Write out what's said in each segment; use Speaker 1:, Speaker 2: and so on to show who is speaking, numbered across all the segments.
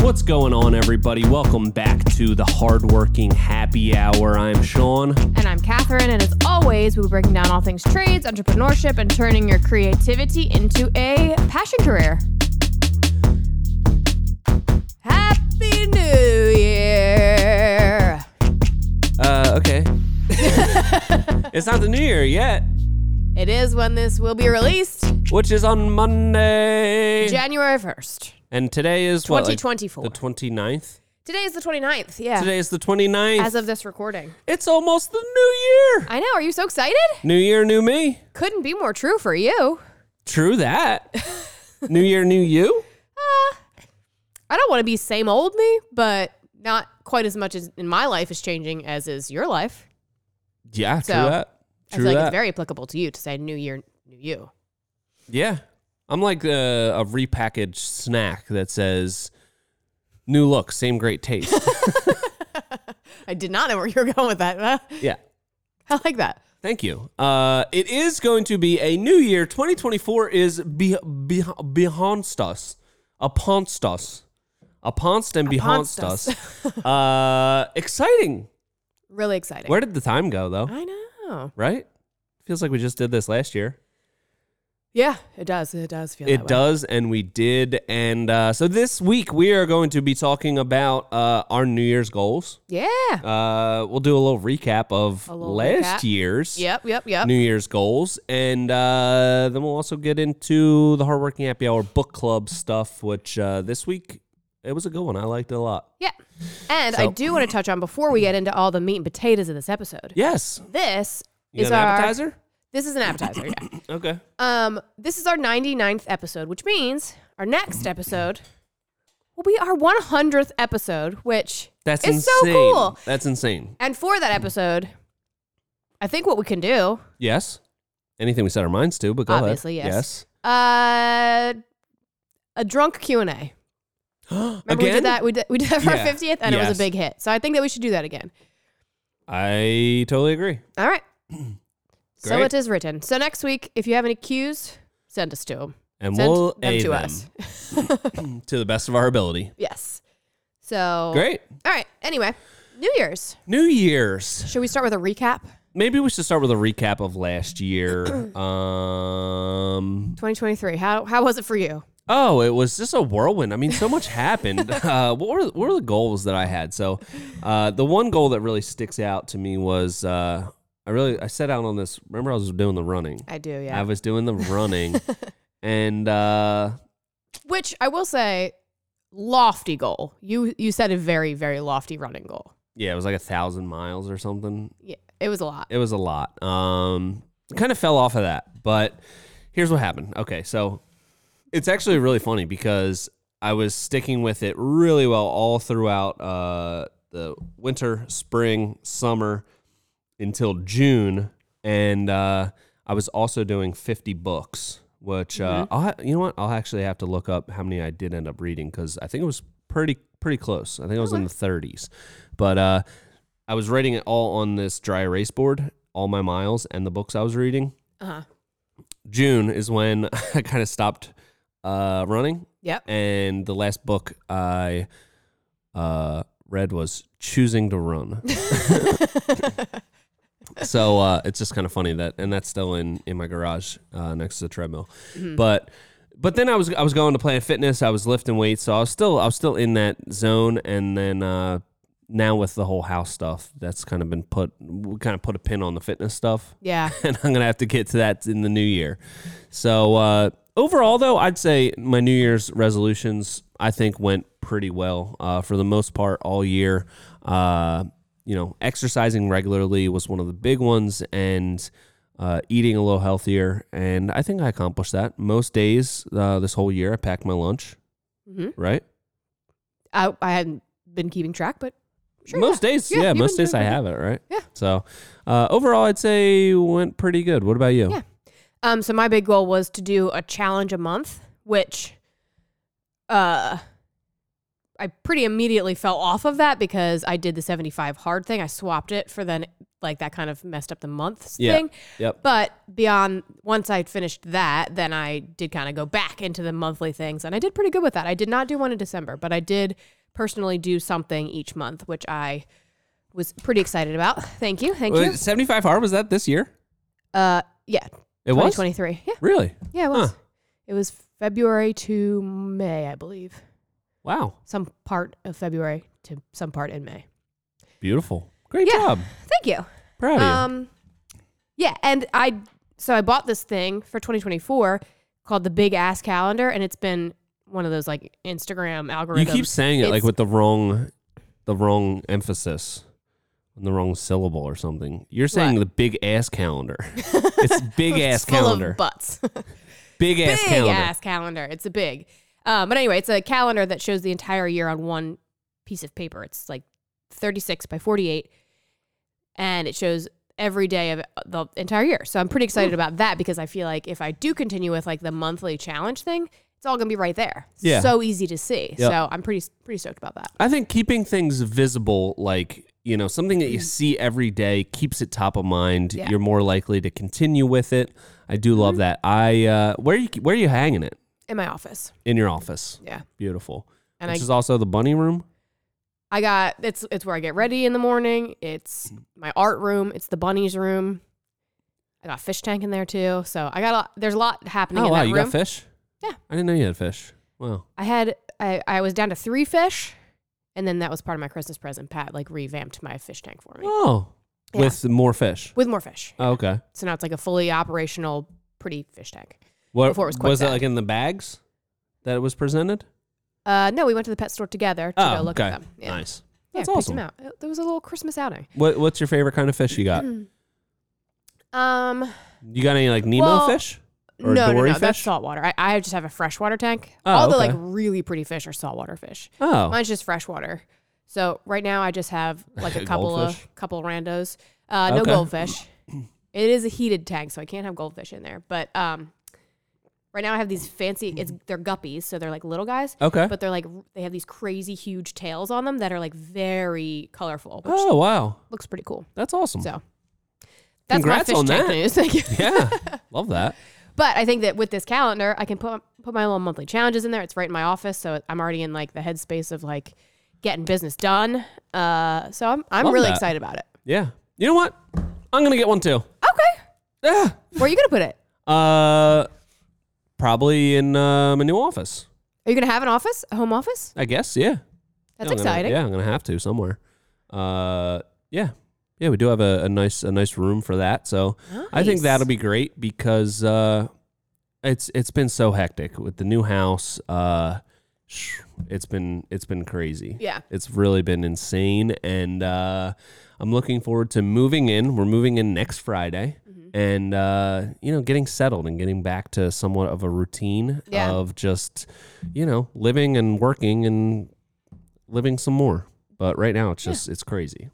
Speaker 1: What's going on, everybody? Welcome back to the Hardworking Happy Hour. I'm Sean.
Speaker 2: And I'm Catherine, and as always, we'll be breaking down all things trades, entrepreneurship, and turning your creativity into a passion career. Happy New Year!
Speaker 1: Uh, okay. it's not the new year yet,
Speaker 2: It is when this will be released,
Speaker 1: which is on Monday.
Speaker 2: January 1st,
Speaker 1: and today is what? like,
Speaker 2: 2024.
Speaker 1: the 29th?
Speaker 2: Today is the 29th, yeah,
Speaker 1: Today is the 29th.
Speaker 2: as of this recording.
Speaker 1: it's almost the new year.
Speaker 2: I know, are you so excited?
Speaker 1: New year, new me.
Speaker 2: Couldn't be more true for you.
Speaker 1: True that. new year, new you.
Speaker 2: I don't want to be same old me, but not quite as much as in my life is changing as is your life.
Speaker 1: Yeah, true
Speaker 2: So,
Speaker 1: that.
Speaker 2: I
Speaker 1: True
Speaker 2: feel like
Speaker 1: that.
Speaker 2: it's very applicable to you to say new year, new you.
Speaker 1: Yeah. I'm like uh, a, a repackaged snack that says new look, same great taste.
Speaker 2: I did not know where you were going with that.
Speaker 1: yeah.
Speaker 2: I like that.
Speaker 1: Thank you. Uh, it is going to be a new year. 2024 is be, be, behind us, upon us, upon and behind
Speaker 2: Uponst
Speaker 1: us.
Speaker 2: us.
Speaker 1: uh, exciting.
Speaker 2: Really exciting.
Speaker 1: Where did the time go, though?
Speaker 2: I know.
Speaker 1: Right? Feels like we just did this last year.
Speaker 2: Yeah, it does. It does feel. that
Speaker 1: It
Speaker 2: way.
Speaker 1: does, and we did. And uh, so this week we are going to be talking about uh, our New Year's goals.
Speaker 2: Yeah.
Speaker 1: Uh, we'll do a little recap of
Speaker 2: A little
Speaker 1: last
Speaker 2: recap.
Speaker 1: year's
Speaker 2: Yep. Yep. Yep.
Speaker 1: New Year's goals, and uh, then we'll also get into the hardworking happy hour book club stuff. Which uh, this week it was a good one. I liked it a lot.
Speaker 2: yeah. And I
Speaker 1: So-
Speaker 2: do want to touch on before we get into all the meat and potatoes of this episode.
Speaker 1: Yes,
Speaker 2: This
Speaker 1: you
Speaker 2: is
Speaker 1: got an
Speaker 2: our
Speaker 1: appetizer.
Speaker 2: this is an appetizer. yeah.
Speaker 1: Okay,
Speaker 2: Um, this is our 99th episode, which means our next episode will be our 100th episode, which
Speaker 1: that's
Speaker 2: is
Speaker 1: insane.
Speaker 2: so cool.
Speaker 1: That's insane.
Speaker 2: And for that episode, I think what we can do,
Speaker 1: Yes, anything we set our minds to, but go
Speaker 2: Obviously,
Speaker 1: ahead.
Speaker 2: yes. uh, a drunk Q and A.
Speaker 1: yes.
Speaker 2: Remember we
Speaker 1: Again,
Speaker 2: did that? We did, we did that for
Speaker 1: Yeah.
Speaker 2: our fiftieth, and it
Speaker 1: Yes.
Speaker 2: was a big hit. So I think that we should do that again.
Speaker 1: I totally agree.
Speaker 2: All right. So
Speaker 1: Great.
Speaker 2: it is written. So next week, if you have any cues, send us to them.
Speaker 1: and
Speaker 2: Send
Speaker 1: we'll
Speaker 2: them
Speaker 1: aid
Speaker 2: to
Speaker 1: them
Speaker 2: us.
Speaker 1: to the best of our ability.
Speaker 2: Yes. So
Speaker 1: Great.
Speaker 2: All right. Anyway, New Year's.
Speaker 1: New Year's.
Speaker 2: Should we start with a recap?
Speaker 1: Maybe we should start with a recap of last year. um,
Speaker 2: Twenty twenty three. How how was it for you?
Speaker 1: oh, it was just a whirlwind. I mean, so much happened. Uh, what, were, what were the goals that I had? So, uh, the one goal that really sticks out to me was uh, I really I set out on this. Remember, I was doing the running.
Speaker 2: I do.
Speaker 1: I
Speaker 2: Yeah.
Speaker 1: was doing the running, and uh,
Speaker 2: Which I will say, lofty goal. You you set a very very lofty running goal.
Speaker 1: yeah, it was like a thousand miles or something.
Speaker 2: Yeah, it was a lot.
Speaker 1: it was a lot. Um, kind of fell off of that, but here's what happened. Okay, so it's actually really funny because I was sticking with it really well all throughout uh, the winter, spring, summer until June, and uh, I was also doing 50 books. Which uh, I'll ha- you know what? I'll actually have to look up how many I did end up reading because I think it was pretty pretty close. I think I was in the 30s, but uh, I was writing it all on this dry erase board, all my miles and the books I was reading.
Speaker 2: Uh-huh.
Speaker 1: June is when I kind of stopped uh, running,
Speaker 2: Yep.
Speaker 1: and the last book I uh, read was "Choosing to Run." so uh, it's just kind of funny that, and that's still in in my garage uh, next to the treadmill. But but then I was I was going to Planet Fitness. I was lifting weights, so I was still I was still in that zone. And then uh, now with the whole house stuff, that's kind of been put we kind of put a pin on the fitness stuff
Speaker 2: Yeah.
Speaker 1: and I'm gonna have to get to that in the new year. So uh, overall, though, I'd say my New Year's resolutions I think went pretty well uh, for the most part all year. Uh, you know, exercising regularly was one of the big ones, and uh, eating a little healthier. And I think I accomplished that most days uh, this whole year. I packed my lunch,
Speaker 2: Mhm.
Speaker 1: right?
Speaker 2: I, I hadn't been keeping track, but sure,
Speaker 1: most days,
Speaker 2: Yeah,
Speaker 1: yeah,
Speaker 2: you've
Speaker 1: most
Speaker 2: been
Speaker 1: days I
Speaker 2: doing
Speaker 1: have it, right?
Speaker 2: Yeah.
Speaker 1: So uh, overall, I'd say went pretty good. What about you?
Speaker 2: Yeah. Um, so my big goal was to do a challenge a month, which, uh, I pretty immediately fell off of that because I did the seventy-five hard thing. I swapped it for then like that kind of messed up the months
Speaker 1: Yeah.
Speaker 2: thing.
Speaker 1: Yep.
Speaker 2: But beyond once I finished that, then I did kind of go back into the monthly things, and I did pretty good with that. I did not do one in December, but I did personally do something each month, which I was pretty excited about. Thank you. Thank you.
Speaker 1: Wait, 75 hard was that this year?
Speaker 2: Uh, yeah,
Speaker 1: It was
Speaker 2: 2023. Yeah,
Speaker 1: really
Speaker 2: yeah, it was.
Speaker 1: Huh.
Speaker 2: It was February to May, I believe.
Speaker 1: wow,
Speaker 2: Some part of February to some part in May.
Speaker 1: beautiful, great
Speaker 2: Yeah.
Speaker 1: job,
Speaker 2: Thank you.
Speaker 1: proud of you.
Speaker 2: Um, yeah, and I so I bought this thing for 2024 called the Big Ass Calendar, and it's been one of those like Instagram algorithms.
Speaker 1: You keep saying it like
Speaker 2: it's-
Speaker 1: with the wrong, the wrong emphasis, and the wrong syllable or something. You're saying
Speaker 2: What?
Speaker 1: the big ass calendar. it's big ass
Speaker 2: It's full
Speaker 1: calendar.
Speaker 2: of butts.
Speaker 1: big ass
Speaker 2: big
Speaker 1: calendar.
Speaker 2: ass calendar. It's a big. Um, but anyway, it's a calendar that shows the entire year on one piece of paper. It's like 36 by 48, and it shows every day of the entire year. So I'm pretty excited about that because I feel like if I do continue with like the monthly challenge thing, it's all gonna be right there.
Speaker 1: Yeah.
Speaker 2: So easy to see.
Speaker 1: Yep.
Speaker 2: So I'm pretty pretty stoked about that.
Speaker 1: I think keeping things visible, like you know, something that you see every day, keeps it top of mind.
Speaker 2: Mm. Yeah. Mm-hmm.
Speaker 1: You're more likely to continue with it. I do love that. I uh, where are you where are you hanging it
Speaker 2: In my office.
Speaker 1: in your office?
Speaker 2: Yeah.
Speaker 1: Beautiful.
Speaker 2: And
Speaker 1: Which
Speaker 2: I-
Speaker 1: is also the bunny room.
Speaker 2: I got it's it's where I get ready in the morning. It's my art room. It's the bunnies room. I got a fish tank in there too. So I got a lot, there's a lot happening
Speaker 1: Oh
Speaker 2: in
Speaker 1: wow,
Speaker 2: that
Speaker 1: you
Speaker 2: room.
Speaker 1: got fish.
Speaker 2: Yeah.
Speaker 1: I didn't know you had fish. Wow.
Speaker 2: I had I, I was down to three fish, and then that was part of my Christmas present. Pat like revamped my fish tank for me
Speaker 1: Oh,
Speaker 2: Yeah.
Speaker 1: with more fish.
Speaker 2: with more fish.
Speaker 1: Oh, okay.
Speaker 2: So now it's like a fully operational, pretty fish tank.
Speaker 1: What
Speaker 2: Before it was
Speaker 1: was,
Speaker 2: quite
Speaker 1: it
Speaker 2: bad.
Speaker 1: like in the bags that it was presented?
Speaker 2: Uh, no, we went to the pet store together to
Speaker 1: oh,
Speaker 2: go look
Speaker 1: okay.
Speaker 2: at them. Yeah,
Speaker 1: Nice.
Speaker 2: yeah,
Speaker 1: That's
Speaker 2: picked
Speaker 1: awesome.
Speaker 2: them out. It, it was a little Christmas outing.
Speaker 1: What What's your favorite kind of fish you got?
Speaker 2: Um,
Speaker 1: You got any like Nemo
Speaker 2: Well,
Speaker 1: fish? Or
Speaker 2: no, no,
Speaker 1: dory
Speaker 2: no, that's
Speaker 1: fish?
Speaker 2: saltwater. I, I just have a freshwater tank.
Speaker 1: Oh,
Speaker 2: All the
Speaker 1: okay.
Speaker 2: like really pretty fish are saltwater fish.
Speaker 1: Oh,
Speaker 2: Mine's just freshwater. So right now I just have like a couple
Speaker 1: Goldfish?
Speaker 2: of couple randos. Uh, no
Speaker 1: Okay.
Speaker 2: goldfish. it is a heated tank, so I can't have goldfish in there. But um, right now I have these fancy. It's they're guppies, so they're like little guys.
Speaker 1: okay.
Speaker 2: But they're like r- they have these crazy huge tails on them that are like very colorful, which
Speaker 1: Oh wow,
Speaker 2: looks pretty cool.
Speaker 1: that's awesome.
Speaker 2: So that's my
Speaker 1: Congrats
Speaker 2: fish
Speaker 1: on
Speaker 2: tank
Speaker 1: that.
Speaker 2: news. Thank you.
Speaker 1: Yeah, love that.
Speaker 2: But I think that with this calendar, I can put put my little monthly challenges in there. It's right in my office, so I'm already in like the headspace of like getting business done. Uh, so I'm I'm
Speaker 1: Love
Speaker 2: really
Speaker 1: that.
Speaker 2: excited about it.
Speaker 1: Yeah. You know what? I'm gonna get one too.
Speaker 2: Okay,
Speaker 1: Yeah.
Speaker 2: where are you gonna put it?
Speaker 1: Uh, probably in uh, my new office.
Speaker 2: Are you gonna have an office, a home office?
Speaker 1: I guess. Yeah.
Speaker 2: That's
Speaker 1: Yeah, I'm gonna-
Speaker 2: exciting.
Speaker 1: yeah, I'm gonna have to somewhere. Uh, yeah, yeah, we do have a, a nice a nice room for that, so I think
Speaker 2: Nice.
Speaker 1: that'll be great because uh, it's it's been so hectic with the new house. Uh, sh- it's been it's been crazy.
Speaker 2: Yeah.
Speaker 1: it's really been insane, and uh, I'm looking forward to moving in. We're moving in next Friday,
Speaker 2: Mm-hmm.
Speaker 1: and uh, you know, getting settled and getting back to somewhat of a routine
Speaker 2: Yeah.
Speaker 1: of just you know living and working and living some more. But right now, it's just it's crazy.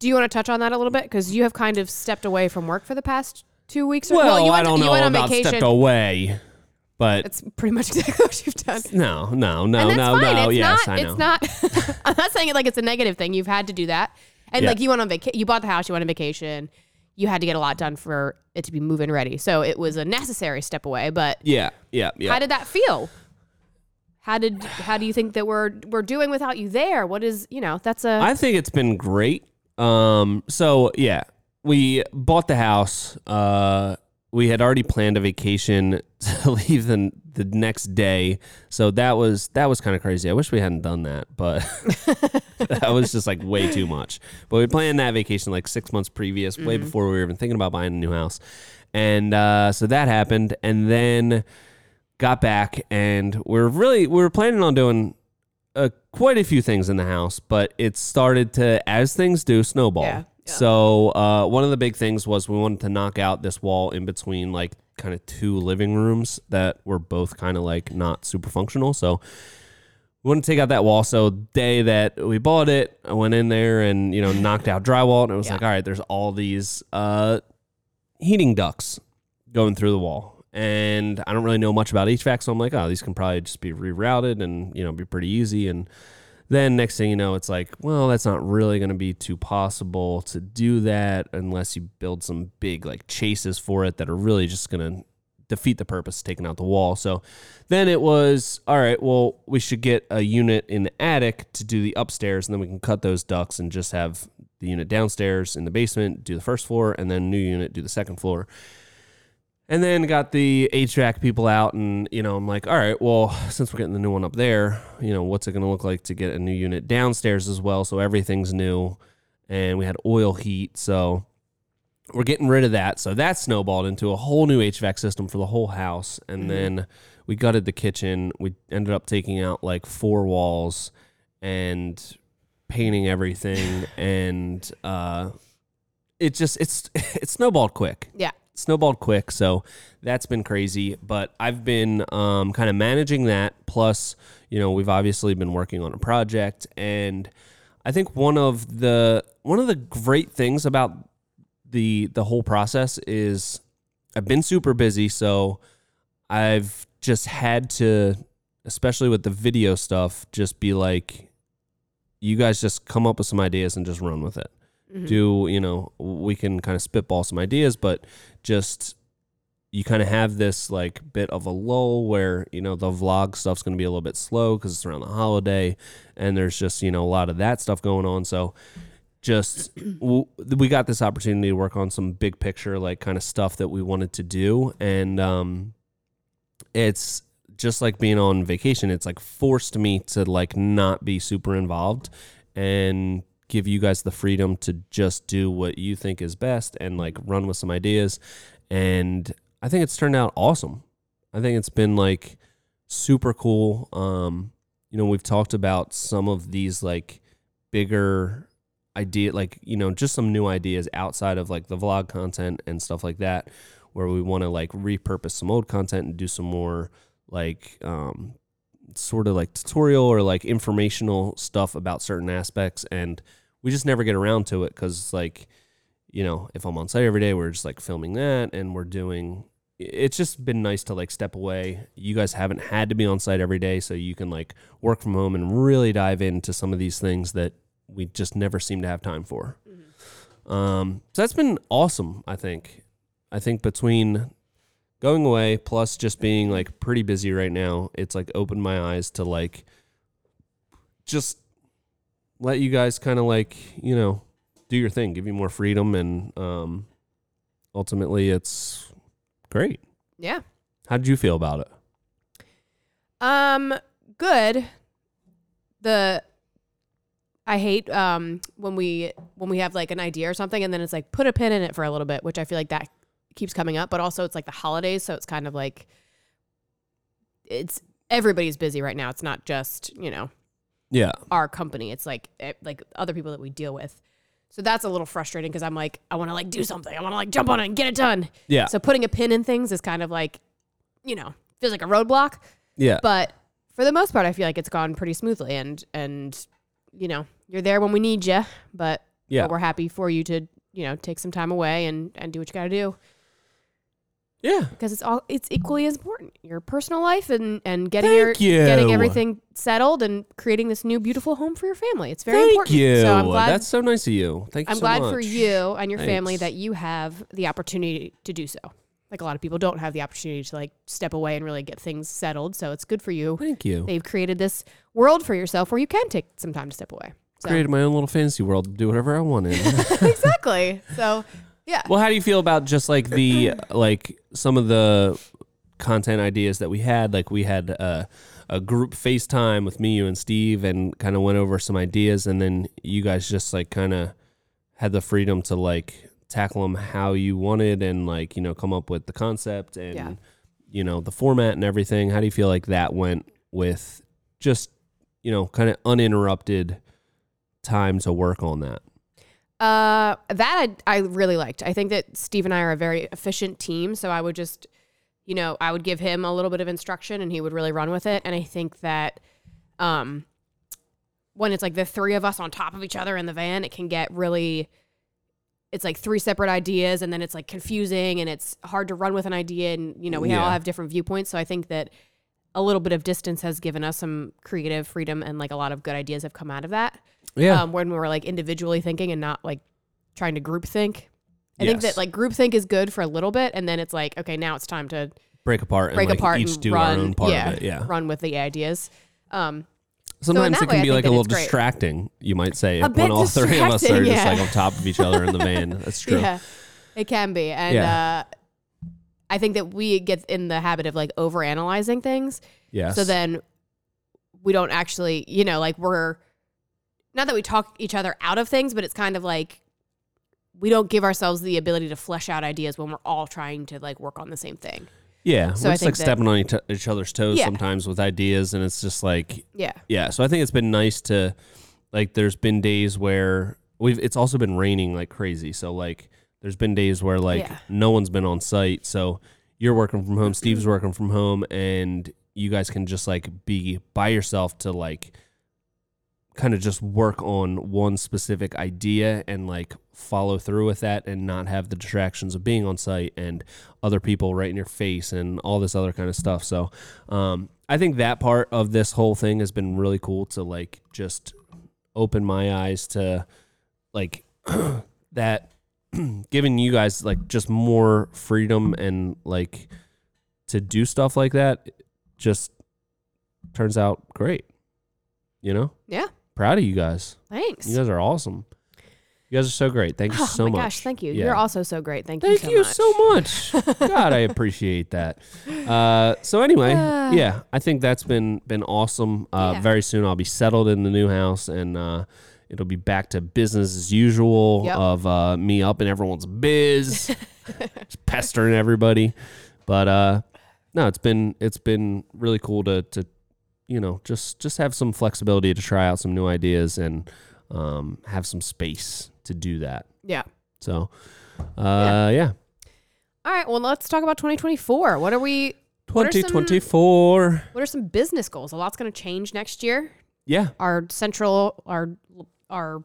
Speaker 2: Do you want to touch on that a little bit because you have kind of stepped away from work for the past two weeks? Or,
Speaker 1: Well,
Speaker 2: you
Speaker 1: I
Speaker 2: went,
Speaker 1: don't
Speaker 2: you
Speaker 1: know
Speaker 2: went on
Speaker 1: about
Speaker 2: vacation.
Speaker 1: stepped away, but
Speaker 2: That's pretty much exactly what you've done.
Speaker 1: no, no, no,
Speaker 2: and that's
Speaker 1: no,
Speaker 2: fine.
Speaker 1: no.
Speaker 2: it's
Speaker 1: yes,
Speaker 2: not.
Speaker 1: I know.
Speaker 2: It's not. I'm not saying it like it's a negative thing. You've had to do that, and
Speaker 1: Yeah.
Speaker 2: like you went on vacation, you bought the house, you went on vacation, you had to get a lot done for it to be move-in ready. So it was a necessary step away. But
Speaker 1: Yeah, yeah, yeah.
Speaker 2: how did that feel? How did how do you think that we're we're doing without you there? What is you know that's a
Speaker 1: I think it's been great. Um, so yeah, we bought the house. Uh, we had already planned a vacation to leave the the next day, so that was that was kind of crazy. I wish we hadn't done that, but that was just like way too much. But we planned that vacation like six months previous, way before we were even thinking about buying a new house, and uh, so that happened, and then got back and we're really we were planning on doing uh, quite a few things in the house, but it started to as things do snowball.
Speaker 2: Yeah, yeah.
Speaker 1: So uh, one of the big things was we wanted to knock out this wall in between like kind of two living rooms that were both kind of like not super functional. So we wanted to take out that wall. So day that we bought it, I went in there and you know knocked out drywall, and it was like, all right, there's all these uh, heating ducts going through the wall. And I don't really know much about HVAC, so I'm like, oh, these can probably just be rerouted and, you know, be pretty easy. And then next thing you know, it's like, well, that's not really going to be too possible to do that unless you build some big, like, chases for it that are really just going to defeat the purpose of taking out the wall. So then it was all right. Well, we should get a unit in the attic to do the upstairs, and then we can cut those ducts and just have the unit downstairs in the basement do the first floor, and then new unit do the second floor. And then got the HVAC people out, and you know, I'm like, all right, well, since we're getting the new one up there, you know, what's it going to look like to get a new unit downstairs as well? So everything's new, and we had oil heat, so we're getting rid of that. So that snowballed into a whole new HVAC system for the whole house, and then we gutted the kitchen. We ended up taking out like four walls and painting everything, and uh, it just it's it snowballed quick
Speaker 2: Yeah.
Speaker 1: snowballed quick, so that's been crazy. But I've been um, kind of managing that. Plus, you know, we've obviously been working on a project, and I think one of the one of the great things about the the whole process is I've been super busy, so I've just had to, especially with the video stuff, just be like, you guys just come up with some ideas and just run with it
Speaker 2: Mm-hmm.
Speaker 1: do you know we can kind of spitball some ideas but just you kind of have this like bit of a lull where you know the vlog stuff's going to be a little bit slow because it's around the holiday and there's just you know a lot of that stuff going on so just w- we got this opportunity to work on some big picture like kind of stuff that we wanted to do and um it's just like being on vacation it's like forced me to like not be super involved and give you guys the freedom to just do what you think is best and like run with some ideas and i think it's turned out awesome i think it's been like super cool um you know we've talked about some of these like bigger idea like you know just some new ideas outside of like the vlog content and stuff like that where we want to like repurpose some old content and do some more like um sort of like tutorial or like informational stuff about certain aspects and we just never get around to it cuz like you know if I'm on site every day we're just like filming that and we're doing it's just been nice to like step away. You guys haven't had to be on site every day so you can like work from home and really dive into some of these things that we just never seem to have time for. Um, so that's been awesome. I think. I think between going away plus just being like pretty busy right now, it's like opened my eyes to like just let you guys kind of like you know do your thing, give you more freedom, and um, ultimately it's great.
Speaker 2: Yeah.
Speaker 1: How did you feel about it?
Speaker 2: Um, good. The I hate um when we when we have like an idea or something and then it's like put a pin in it for a little bit, which I feel like that keeps coming up, but also it's like the holidays, so it's kind of like it's everybody's busy right now. It's not just, you know,
Speaker 1: Yeah,
Speaker 2: our company. It's like eh, like other people that we deal with. So that's a little frustrating because I'm like I want to like do something. I want to like jump on it and get it done.
Speaker 1: yeah,
Speaker 2: So putting a pin in things is kind of like, you know, feels like a roadblock
Speaker 1: yeah,
Speaker 2: but for the most part, I feel like it's gone pretty smoothly, and and you know you're there when we need you, but
Speaker 1: Yeah.
Speaker 2: but we're happy for you to you know take some time away and and do what you got to do
Speaker 1: yeah.
Speaker 2: because it's all it's equally as important your personal life and and getting
Speaker 1: Thank
Speaker 2: your
Speaker 1: you.
Speaker 2: getting everything settled and creating this new beautiful home for your family. It's very
Speaker 1: Thank
Speaker 2: important.
Speaker 1: you.
Speaker 2: So I'm glad
Speaker 1: That's so nice of you. Thank you.
Speaker 2: I'm
Speaker 1: so
Speaker 2: glad for
Speaker 1: much.
Speaker 2: you and your family
Speaker 1: Thanks.
Speaker 2: that you have the opportunity to do so. Like a lot of people don't have the opportunity to like step away and really get things settled. So it's good for you
Speaker 1: Thank you.
Speaker 2: they've created this world for yourself where you can take some time to step away. So.
Speaker 1: Created my own little fantasy world to do whatever I wanted.
Speaker 2: exactly. So, yeah.
Speaker 1: well, how do you feel about just like the like some of the content ideas that we had? Like we had a, a group FaceTime with me, you, and Steve, and kind of went over some ideas, and then you guys just like kind of had the freedom to like tackle them how you wanted, and like you know come up with the concept and
Speaker 2: Yeah.
Speaker 1: you know the format and everything. How do you feel like that went with just you know kind of uninterrupted time to work on that?
Speaker 2: Uh, that I, I really liked. I think that Steve and I are a very efficient team. So I would just, you know, I would give him a little bit of instruction and he would really run with it. And I think that um, when it's like the three of us on top of each other in the van, it can get really, it's like three separate ideas and then it's like confusing and it's hard to run with an idea. And, you know, we all
Speaker 1: Yeah.
Speaker 2: have different viewpoints. So I think that a little bit of distance has given us some creative freedom and like a lot of good ideas have come out of that
Speaker 1: Yeah,
Speaker 2: um, when we're like individually thinking and not like trying to group think. I think
Speaker 1: Yes.
Speaker 2: that like group think is good for a little bit, and then it's like, okay, now it's time to
Speaker 1: break apart
Speaker 2: break
Speaker 1: and like
Speaker 2: apart
Speaker 1: each
Speaker 2: and
Speaker 1: do
Speaker 2: run,
Speaker 1: our own part
Speaker 2: yeah,
Speaker 1: of it. Yeah.
Speaker 2: run with the ideas. Um,
Speaker 1: Sometimes
Speaker 2: that
Speaker 1: it can
Speaker 2: way, I
Speaker 1: be
Speaker 2: think
Speaker 1: like
Speaker 2: that
Speaker 1: a little
Speaker 2: it's great.
Speaker 1: distracting, you might say,
Speaker 2: A
Speaker 1: when
Speaker 2: bit
Speaker 1: all three of us are
Speaker 2: distracting,
Speaker 1: just
Speaker 2: yeah.
Speaker 1: like on top of each other in the van. That's true.
Speaker 2: yeah, it can be, and
Speaker 1: Yeah.
Speaker 2: uh, I think that we get in the habit of like overanalyzing things,
Speaker 1: Yes.
Speaker 2: so then we don't actually, you know, like we're not that we talk each other out of things, but it's kind of like we don't give ourselves the ability to flesh out ideas when we're all trying to like work on the same thing.
Speaker 1: Yeah,
Speaker 2: So
Speaker 1: we're
Speaker 2: I
Speaker 1: just
Speaker 2: think
Speaker 1: like
Speaker 2: that-
Speaker 1: stepping on each, each other's toes
Speaker 2: Yeah.
Speaker 1: sometimes with ideas, and it's just like,
Speaker 2: Yeah.
Speaker 1: yeah. So I think it's been nice to, like, there's been days where we've. It's also been raining like crazy, so like, there's been days where like
Speaker 2: Yeah.
Speaker 1: no one's been on site, so you're working from home, Steve's working from home, and you guys can just like be by yourself to like kind of just work on one specific idea and like follow through with that and not have the distractions of being on site and other people right in your face and all this other kind of stuff. So, um, I think that part of this whole thing has been really cool to like just open my eyes to like that giving you guys like just more freedom and like to do stuff like that just turns out great. You know?
Speaker 2: Yeah.
Speaker 1: proud of you guys.
Speaker 2: Thanks.
Speaker 1: You guys are awesome. You guys are so great. Thank you
Speaker 2: oh
Speaker 1: so
Speaker 2: my
Speaker 1: much.
Speaker 2: gosh, thank you.
Speaker 1: Yeah.
Speaker 2: You're also so great. Thank,
Speaker 1: Thank
Speaker 2: you
Speaker 1: you
Speaker 2: so much.
Speaker 1: so much. God, I appreciate that. Uh, so anyway,
Speaker 2: Ah.
Speaker 1: yeah, I think that's been been awesome. Uh,
Speaker 2: Yeah.
Speaker 1: Very soon, I'll be settled in the new house, and uh, it'll be back to business as usual
Speaker 2: Yep.
Speaker 1: of uh, me up in everyone's biz, just pestering everybody. But uh, no, it's been it's been really cool to to you know just just have some flexibility to try out some new ideas and um, have some space to do that.
Speaker 2: Yeah.
Speaker 1: So uh, yeah.
Speaker 2: All right. Well, let's talk about 2024. What are we? What are some-
Speaker 1: 2024.
Speaker 2: What are some business goals? A lot's going to change next year.
Speaker 1: Yeah,
Speaker 2: Our central, our our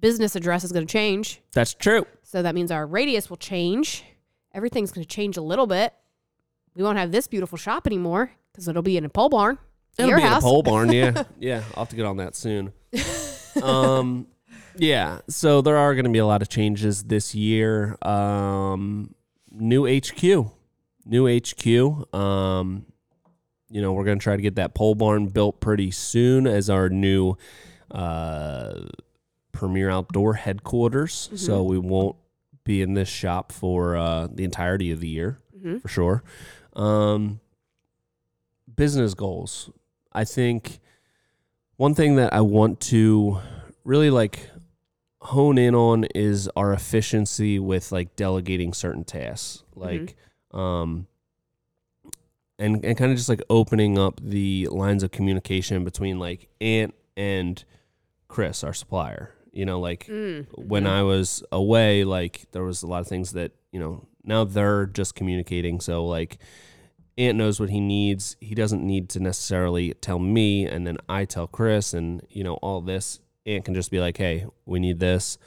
Speaker 2: business address is going to change.
Speaker 1: that's true.
Speaker 2: So that means our radius will change. Everything's going to change a little bit. We won't have this beautiful shop anymore because it'll be in a pole barn.
Speaker 1: It'll
Speaker 2: your
Speaker 1: be in a
Speaker 2: house.
Speaker 1: pole barn. Yeah, yeah. I'll have to get on that soon. um, yeah. So there are going to be a lot of changes this year. Um, new HQ, new HQ. Um, you know, we're going to try to get that pole barn built pretty soon as our new uh, premier outdoor headquarters.
Speaker 2: Mm-hmm.
Speaker 1: So we won't be in this shop for uh, the entirety of the year
Speaker 2: Mhm.
Speaker 1: for sure. Um, business goals. I think one thing that I want to really like hone in on is our efficiency with like delegating certain tasks. Like, um, and and kind of just like opening up the lines of communication between like Ant and Chris, our supplier. You know, like
Speaker 2: Mm.
Speaker 1: when I was away, like there was a lot of things that you know now they're just communicating. So like, Ant knows what he needs. He doesn't need to necessarily tell me, and then I tell Chris, and you know all this. Ant can just be like, "Hey, we need this,"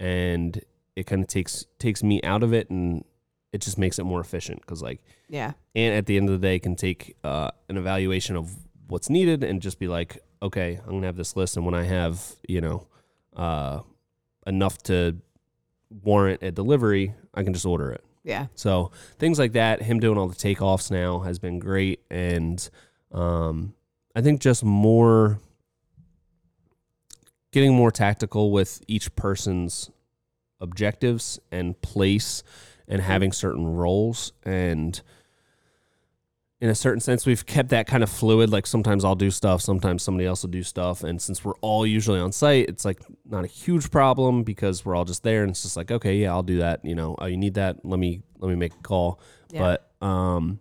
Speaker 1: and it kind of takes takes me out of it, and it just makes it more efficient because like
Speaker 2: Yeah.
Speaker 1: and at the end of the day can take uh, an evaluation of what's needed and just be like okay i'm gonna have this list and when i have you know uh, enough to warrant a delivery i can just order it
Speaker 2: Yeah.
Speaker 1: so things like that him doing all the takeoffs now has been great and um, i think just more getting more tactical with each person's objectives and place and having certain roles and in a certain sense we've kept that kind of fluid like sometimes i'll do stuff sometimes somebody else will do stuff and since we're all usually on site it's like not a huge problem because we're all just there and it's just like okay yeah i'll do that you know oh you need that let me let me make a call
Speaker 2: Yeah.
Speaker 1: but um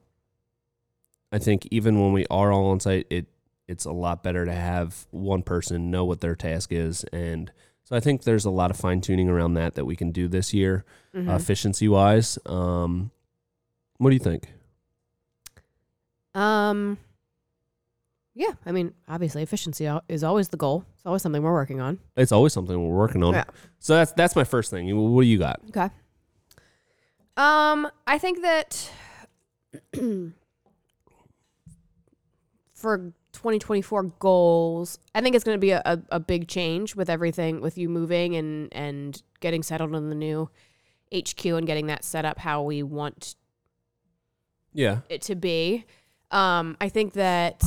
Speaker 1: i think even when we are all on site it it's a lot better to have one person know what their task is and so i think there's a lot of fine tuning around that that we can do this year
Speaker 2: Mhm.
Speaker 1: uh, efficiency wise. Um, what do you think?
Speaker 2: Um. Yeah, I mean, obviously, efficiency al- is always the goal. It's always something we're working on.
Speaker 1: It's always something we're working on.
Speaker 2: Yeah.
Speaker 1: So that's that's my first thing. What do you got?
Speaker 2: Okay. Um, I think that for 2024 goals, I think it's going to be a, a, a big change with everything with you moving and and getting settled in the new HQ and getting that set up how we want
Speaker 1: Yeah.
Speaker 2: it to be. Um, I think that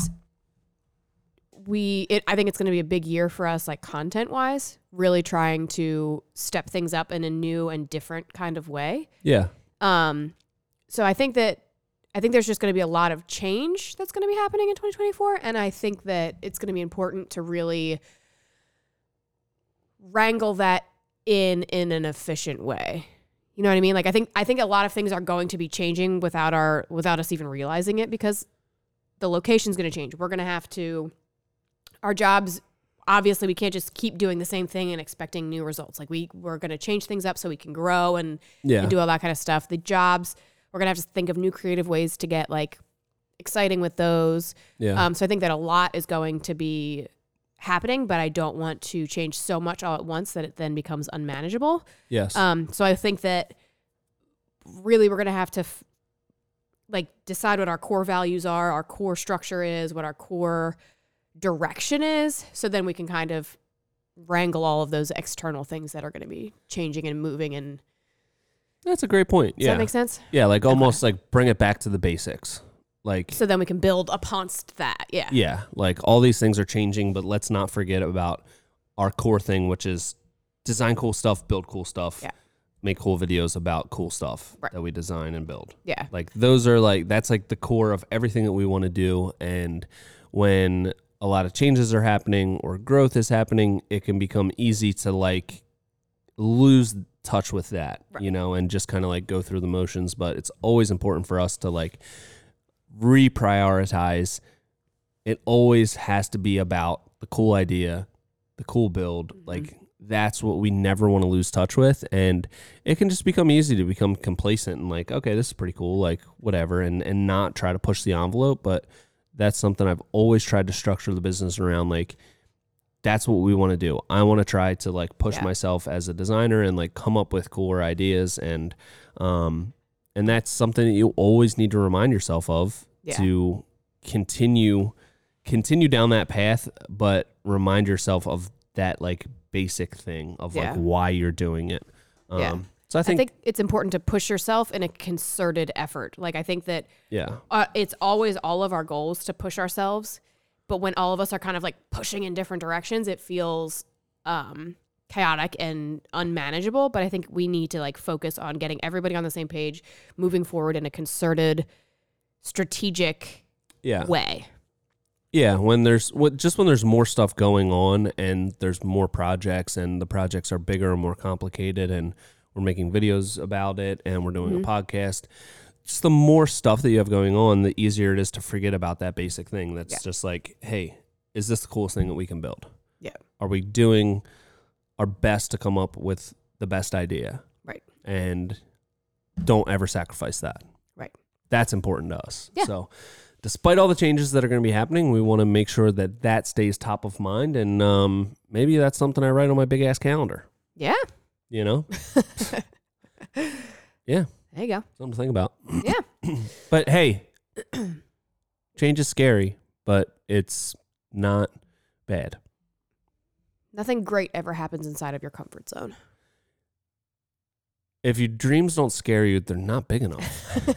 Speaker 2: we, it, I think it's going to be a big year for us, like content wise, really trying to step things up in a new and different kind of way.
Speaker 1: Yeah.
Speaker 2: Um, so I think that I think there's just going to be a lot of change that's going to be happening in 2024, and I think that it's going to be important to really wrangle that in in an efficient way. You know what I mean? Like I think I think a lot of things are going to be changing without our without us even realizing it because the location's going to change. We're going to have to our jobs obviously we can't just keep doing the same thing and expecting new results. Like we we're going to change things up so we can grow and
Speaker 1: Yeah.
Speaker 2: and do all that kind of stuff. The jobs, we're gonna have to think of new creative ways to get like exciting with those.
Speaker 1: yeah.
Speaker 2: Um, so I think that a lot is going to be happening, but I don't want to change so much all at once that it then becomes unmanageable.
Speaker 1: yes.
Speaker 2: Um, so I think that really we're gonna have to f- like decide what our core values are, our core structure is, what our core direction is, so then we can kind of wrangle all of those external things that are going to be changing and moving and
Speaker 1: That's a great point.
Speaker 2: does
Speaker 1: yeah.
Speaker 2: that make sense
Speaker 1: yeah. Like almost like bring it back to the basics. Like,
Speaker 2: so then we can build upon st- that. Yeah.
Speaker 1: yeah. Like all these things are changing, but let's not forget about our core thing, which is design cool stuff, build cool stuff,
Speaker 2: Yeah.
Speaker 1: make cool videos about cool stuff
Speaker 2: Right.
Speaker 1: that we design and build.
Speaker 2: Yeah.
Speaker 1: Like those are like that's like the core of everything that we want to do and when a lot of changes are happening or growth is happening, it can become easy to like lose touch with that,
Speaker 2: Right.
Speaker 1: you know, and just kind of like go through the motions, but it's always important for us to like reprioritize. It always has to be about the cool idea, the cool build, like that's what we never want to lose touch with and it can just become easy to become complacent and like okay this is pretty cool like whatever and and not try to push the envelope but that's something i've always tried to structure the business around like that's what we want to do i want to try to like push
Speaker 2: Yeah.
Speaker 1: myself as a designer and like come up with cooler ideas and um and that's something that you always need to remind yourself of
Speaker 2: Yeah.
Speaker 1: to continue continue down that path but remind yourself of that like basic thing of
Speaker 2: Yeah.
Speaker 1: like why you're doing it um
Speaker 2: Yeah.
Speaker 1: so I
Speaker 2: I
Speaker 1: think,
Speaker 2: think it's important to push yourself in a concerted effort. Like I think that
Speaker 1: yeah.
Speaker 2: uh, it's always all of our goals to push ourselves, but when all of us are kind of like pushing in different directions, it feels um, chaotic and unmanageable. But I think we need to like focus on getting everybody on the same page, moving forward in a concerted, strategic
Speaker 1: Yeah.
Speaker 2: way.
Speaker 1: Yeah, when there's what just when there's more stuff going on and there's more projects and the projects are bigger and more complicated and we're making videos about it and we're doing
Speaker 2: Mm-hmm.
Speaker 1: a podcast. Just the more stuff that you have going on, the easier it is to forget about that basic thing that's
Speaker 2: Yeah.
Speaker 1: just like, hey, is this the coolest thing that we can build?
Speaker 2: Yeah.
Speaker 1: Are we doing our best to come up with the best idea?
Speaker 2: Right.
Speaker 1: And don't ever sacrifice that.
Speaker 2: Right.
Speaker 1: That's important to us.
Speaker 2: Yeah.
Speaker 1: So, despite all the changes that are going to be happening, we want to make sure that that stays top of mind. And um, maybe that's something I write on my big ass calendar,
Speaker 2: Yeah.
Speaker 1: you know?
Speaker 2: There you go.
Speaker 1: Something to think about.
Speaker 2: Yeah.
Speaker 1: But hey, change is scary, but it's not bad.
Speaker 2: Nothing great ever happens inside of your comfort zone.
Speaker 1: If your dreams don't scare you, they're not big enough.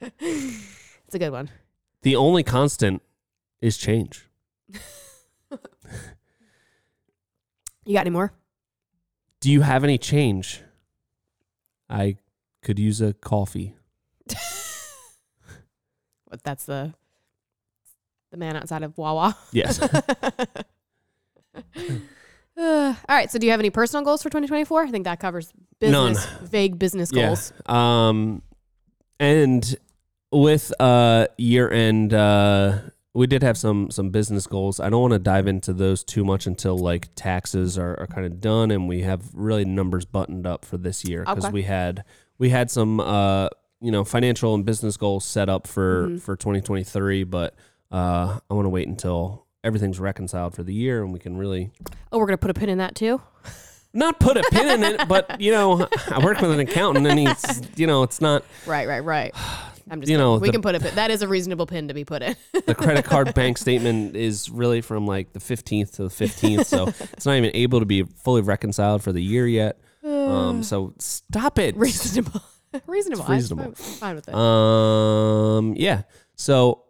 Speaker 2: it's a good one.
Speaker 1: the only constant is change.
Speaker 2: You got any more?
Speaker 1: Do you have any change? I could use a coffee.
Speaker 2: What, that's the the man outside of Wawa.
Speaker 1: Yes.
Speaker 2: Uh, all right. So, do you have any personal goals for 2024? I think that covers business, vague business goals.
Speaker 1: Yeah. Um, and with uh year end, uh, we did have some some business goals. I don't want to dive into those too much until like taxes are, are kind of done and we have really numbers buttoned up for this year because
Speaker 2: Okay.
Speaker 1: we had we had some uh you know financial and business goals set up for for 2023, but uh, I want to wait until everything's reconciled for the year and we can really
Speaker 2: Oh, we're gonna put a pin in that too.
Speaker 1: not put a pin in it, but you know, I work with an accountant and he's, you know, it's not
Speaker 2: Right, right, right. I'm just.
Speaker 1: You
Speaker 2: You
Speaker 1: know,
Speaker 2: we
Speaker 1: the-
Speaker 2: can put a pin. That is a reasonable pin to be put in.
Speaker 1: the credit card bank statement is really from like the 15th to the 15th. So it's not even able to be fully reconciled for the year yet. Um, so stop it.
Speaker 2: reasonable. reasonable.
Speaker 1: It's reasonable.
Speaker 2: I'm fine with it.
Speaker 1: Um, yeah. So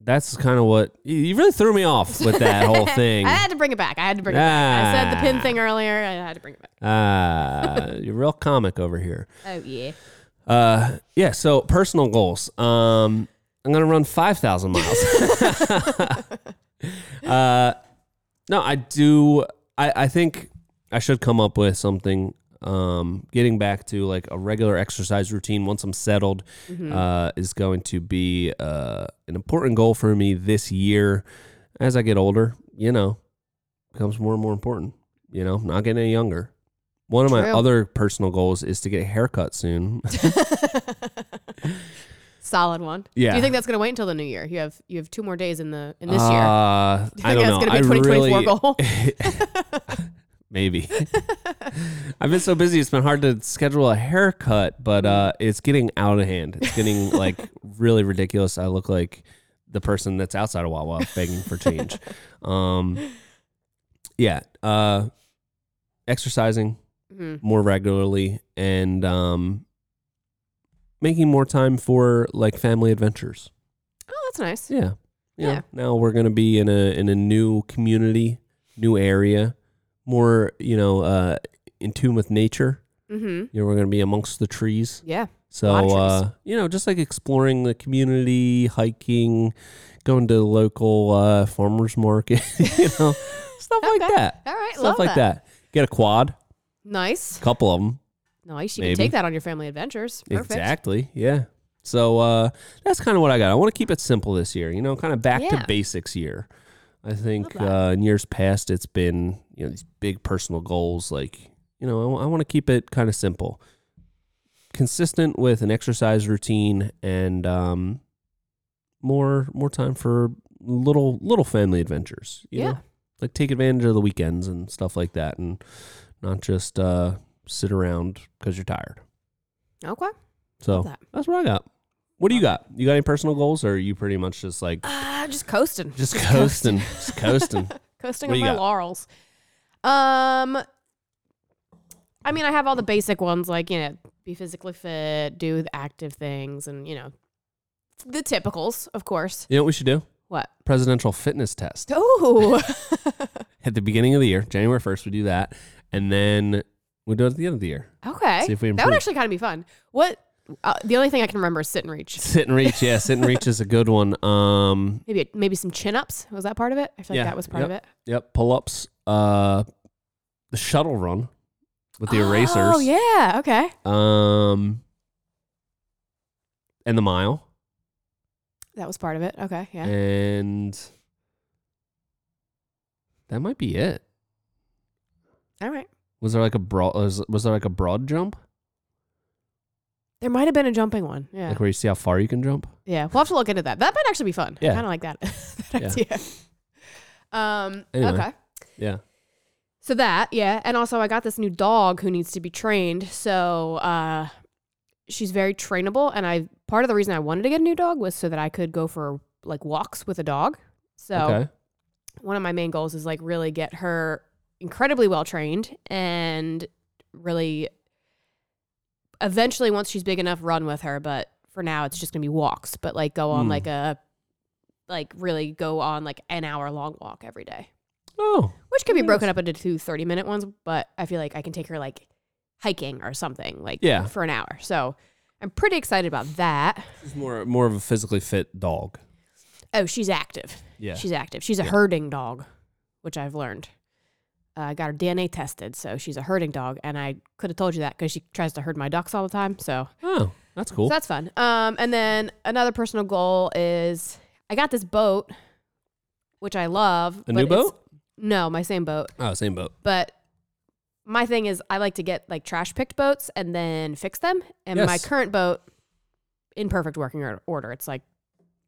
Speaker 1: that's kind of what you- you really threw me off with that whole thing.
Speaker 2: I had to bring it back. I had to bring it back. I said the pin
Speaker 1: Ah.
Speaker 2: thing earlier. I had to bring it back.
Speaker 1: Ah, you're a real comic over here.
Speaker 2: Oh yeah.
Speaker 1: Uh, yeah. So personal goals. Um, I'm gonna run five thousand miles. uh, no, I do. I I think I should come up with something. Um, getting back to like a regular exercise routine once I'm settled uh, is going to be uh, an important goal for me this year. As I get older, you know, becomes more and more important. You know, not getting any younger. One of my
Speaker 2: True.
Speaker 1: other personal goals is to get a haircut soon.
Speaker 2: Solid one.
Speaker 1: Yeah.
Speaker 2: Do you think that's gonna wait until the new year? You have you have two more days in the in this
Speaker 1: Uh,
Speaker 2: year.
Speaker 1: I don't
Speaker 2: that's
Speaker 1: know.
Speaker 2: gonna be a
Speaker 1: I
Speaker 2: 2024
Speaker 1: really-
Speaker 2: goal?
Speaker 1: Maybe. I've been so busy. It's been hard to schedule a haircut, but uh,
Speaker 2: Mm-hmm.
Speaker 1: it's getting out of hand. It's getting like really ridiculous. I look like the person that's outside of Wawa begging for change. Um, yeah. Uh, exercising
Speaker 2: Mhm.
Speaker 1: more regularly and um, making more time for like family adventures.
Speaker 2: Oh, that's nice.
Speaker 1: Yeah. Yeah.
Speaker 2: Yeah.
Speaker 1: Now we're gonna be in a in a new community, new area, more, you know, uh in tune with nature.
Speaker 2: Mm-hmm.
Speaker 1: You know, we're gonna be amongst the trees.
Speaker 2: Yeah.
Speaker 1: So
Speaker 2: lot of trees.
Speaker 1: uh, you know, just like exploring the community, hiking, going to the local uh farmers market, you know, stuff like
Speaker 2: Okay.
Speaker 1: that.
Speaker 2: All right.
Speaker 1: Stuff
Speaker 2: love
Speaker 1: like that. Get a quad,
Speaker 2: Nice.
Speaker 1: couple of them.
Speaker 2: Nice. You
Speaker 1: Maybe.
Speaker 2: can take that on your family adventures. Perfect.
Speaker 1: Exactly. Yeah. So uh, that's kind of what I got. I want to keep it simple this year. You know, kind of back to
Speaker 2: Yeah.
Speaker 1: basics year. I think
Speaker 2: Love that.
Speaker 1: uh, in years past, it's been you know these big personal goals. Like you know, I want to keep it kind of simple, consistent with an exercise routine, and um, more more time for little little family adventures. You
Speaker 2: Yeah.
Speaker 1: know? like take advantage of the weekends and stuff like that, and not just uh, sit around because you're tired.
Speaker 2: Okay.
Speaker 1: So
Speaker 2: Love that.
Speaker 1: that's what I got. What do you got? You got any personal goals, or are you pretty much just like
Speaker 2: Uh, just coasting.
Speaker 1: just coasting, just coasting?
Speaker 2: coasting
Speaker 1: What
Speaker 2: on
Speaker 1: you
Speaker 2: my
Speaker 1: got?
Speaker 2: laurels. Um, I mean, I have all the basic ones like you know, be physically fit, do the active things, and you know, the typicals, of course.
Speaker 1: You know what we should do?
Speaker 2: What?
Speaker 1: Presidential fitness test
Speaker 2: Oh,
Speaker 1: at the beginning of the year, January first. We do that, and then we do it at the end of the year.
Speaker 2: okay.
Speaker 1: See if we
Speaker 2: that would
Speaker 1: improve.
Speaker 2: actually kind of be fun. What? Uh, the only thing I can remember is sit and reach.
Speaker 1: Sit and reach, yeah, sit and reach is a good one. Um,
Speaker 2: Maybe maybe some chin ups. Was that part of it? I feel like
Speaker 1: Yeah.
Speaker 2: that was part of it.
Speaker 1: yep, pull ups, uh, the shuttle run with the erasers,
Speaker 2: Oh yeah. Okay.
Speaker 1: um, and the mile.
Speaker 2: That was part of it. Okay. Yeah.
Speaker 1: And that might be it.
Speaker 2: All right.
Speaker 1: Was there like a broad was, was there like a broad jump?
Speaker 2: There might have been a jumping one. Yeah.
Speaker 1: Like where you see how far you can jump?
Speaker 2: Yeah, we'll have to look into that. That might actually be fun.
Speaker 1: Yeah.
Speaker 2: I kind of like that, that
Speaker 1: Yeah.
Speaker 2: idea. Um,
Speaker 1: Anyway.
Speaker 2: Okay.
Speaker 1: Yeah.
Speaker 2: So that, yeah. And also, I got this new dog who needs to be trained. So uh, she's very trainable. And I part of the reason I wanted to get a new dog was so that I could go for like walks with a dog. So
Speaker 1: Okay.
Speaker 2: one of my main goals is like really get her incredibly well trained and really eventually once she's big enough run with her but for now it's just gonna be walks but like go on
Speaker 1: Hmm.
Speaker 2: like a like really go on like an hour long walk every day
Speaker 1: Oh.
Speaker 2: which could be
Speaker 1: Nice.
Speaker 2: broken up into two 30 minute ones but i feel like i can take her like hiking or something like
Speaker 1: Yeah.
Speaker 2: for an hour so i'm pretty excited about that
Speaker 1: She's more more of a physically fit dog.
Speaker 2: oh she's active
Speaker 1: Yeah.
Speaker 2: She's active. She's a herding dog, which I've learned. Uh, I got her DNA tested, so she's a herding dog, and I could have told you that because she tries to herd my ducks all the time. So,
Speaker 1: oh, that's cool.
Speaker 2: so that's fun. Um, and then another personal goal is I got this boat, which I love.
Speaker 1: a new
Speaker 2: but it's-
Speaker 1: boat?
Speaker 2: No, my same boat.
Speaker 1: Oh, same boat.
Speaker 2: But my thing is, I like to get like trash picked boats and then fix them. And my
Speaker 1: Yes.
Speaker 2: current boat, in perfect working or- order, it's like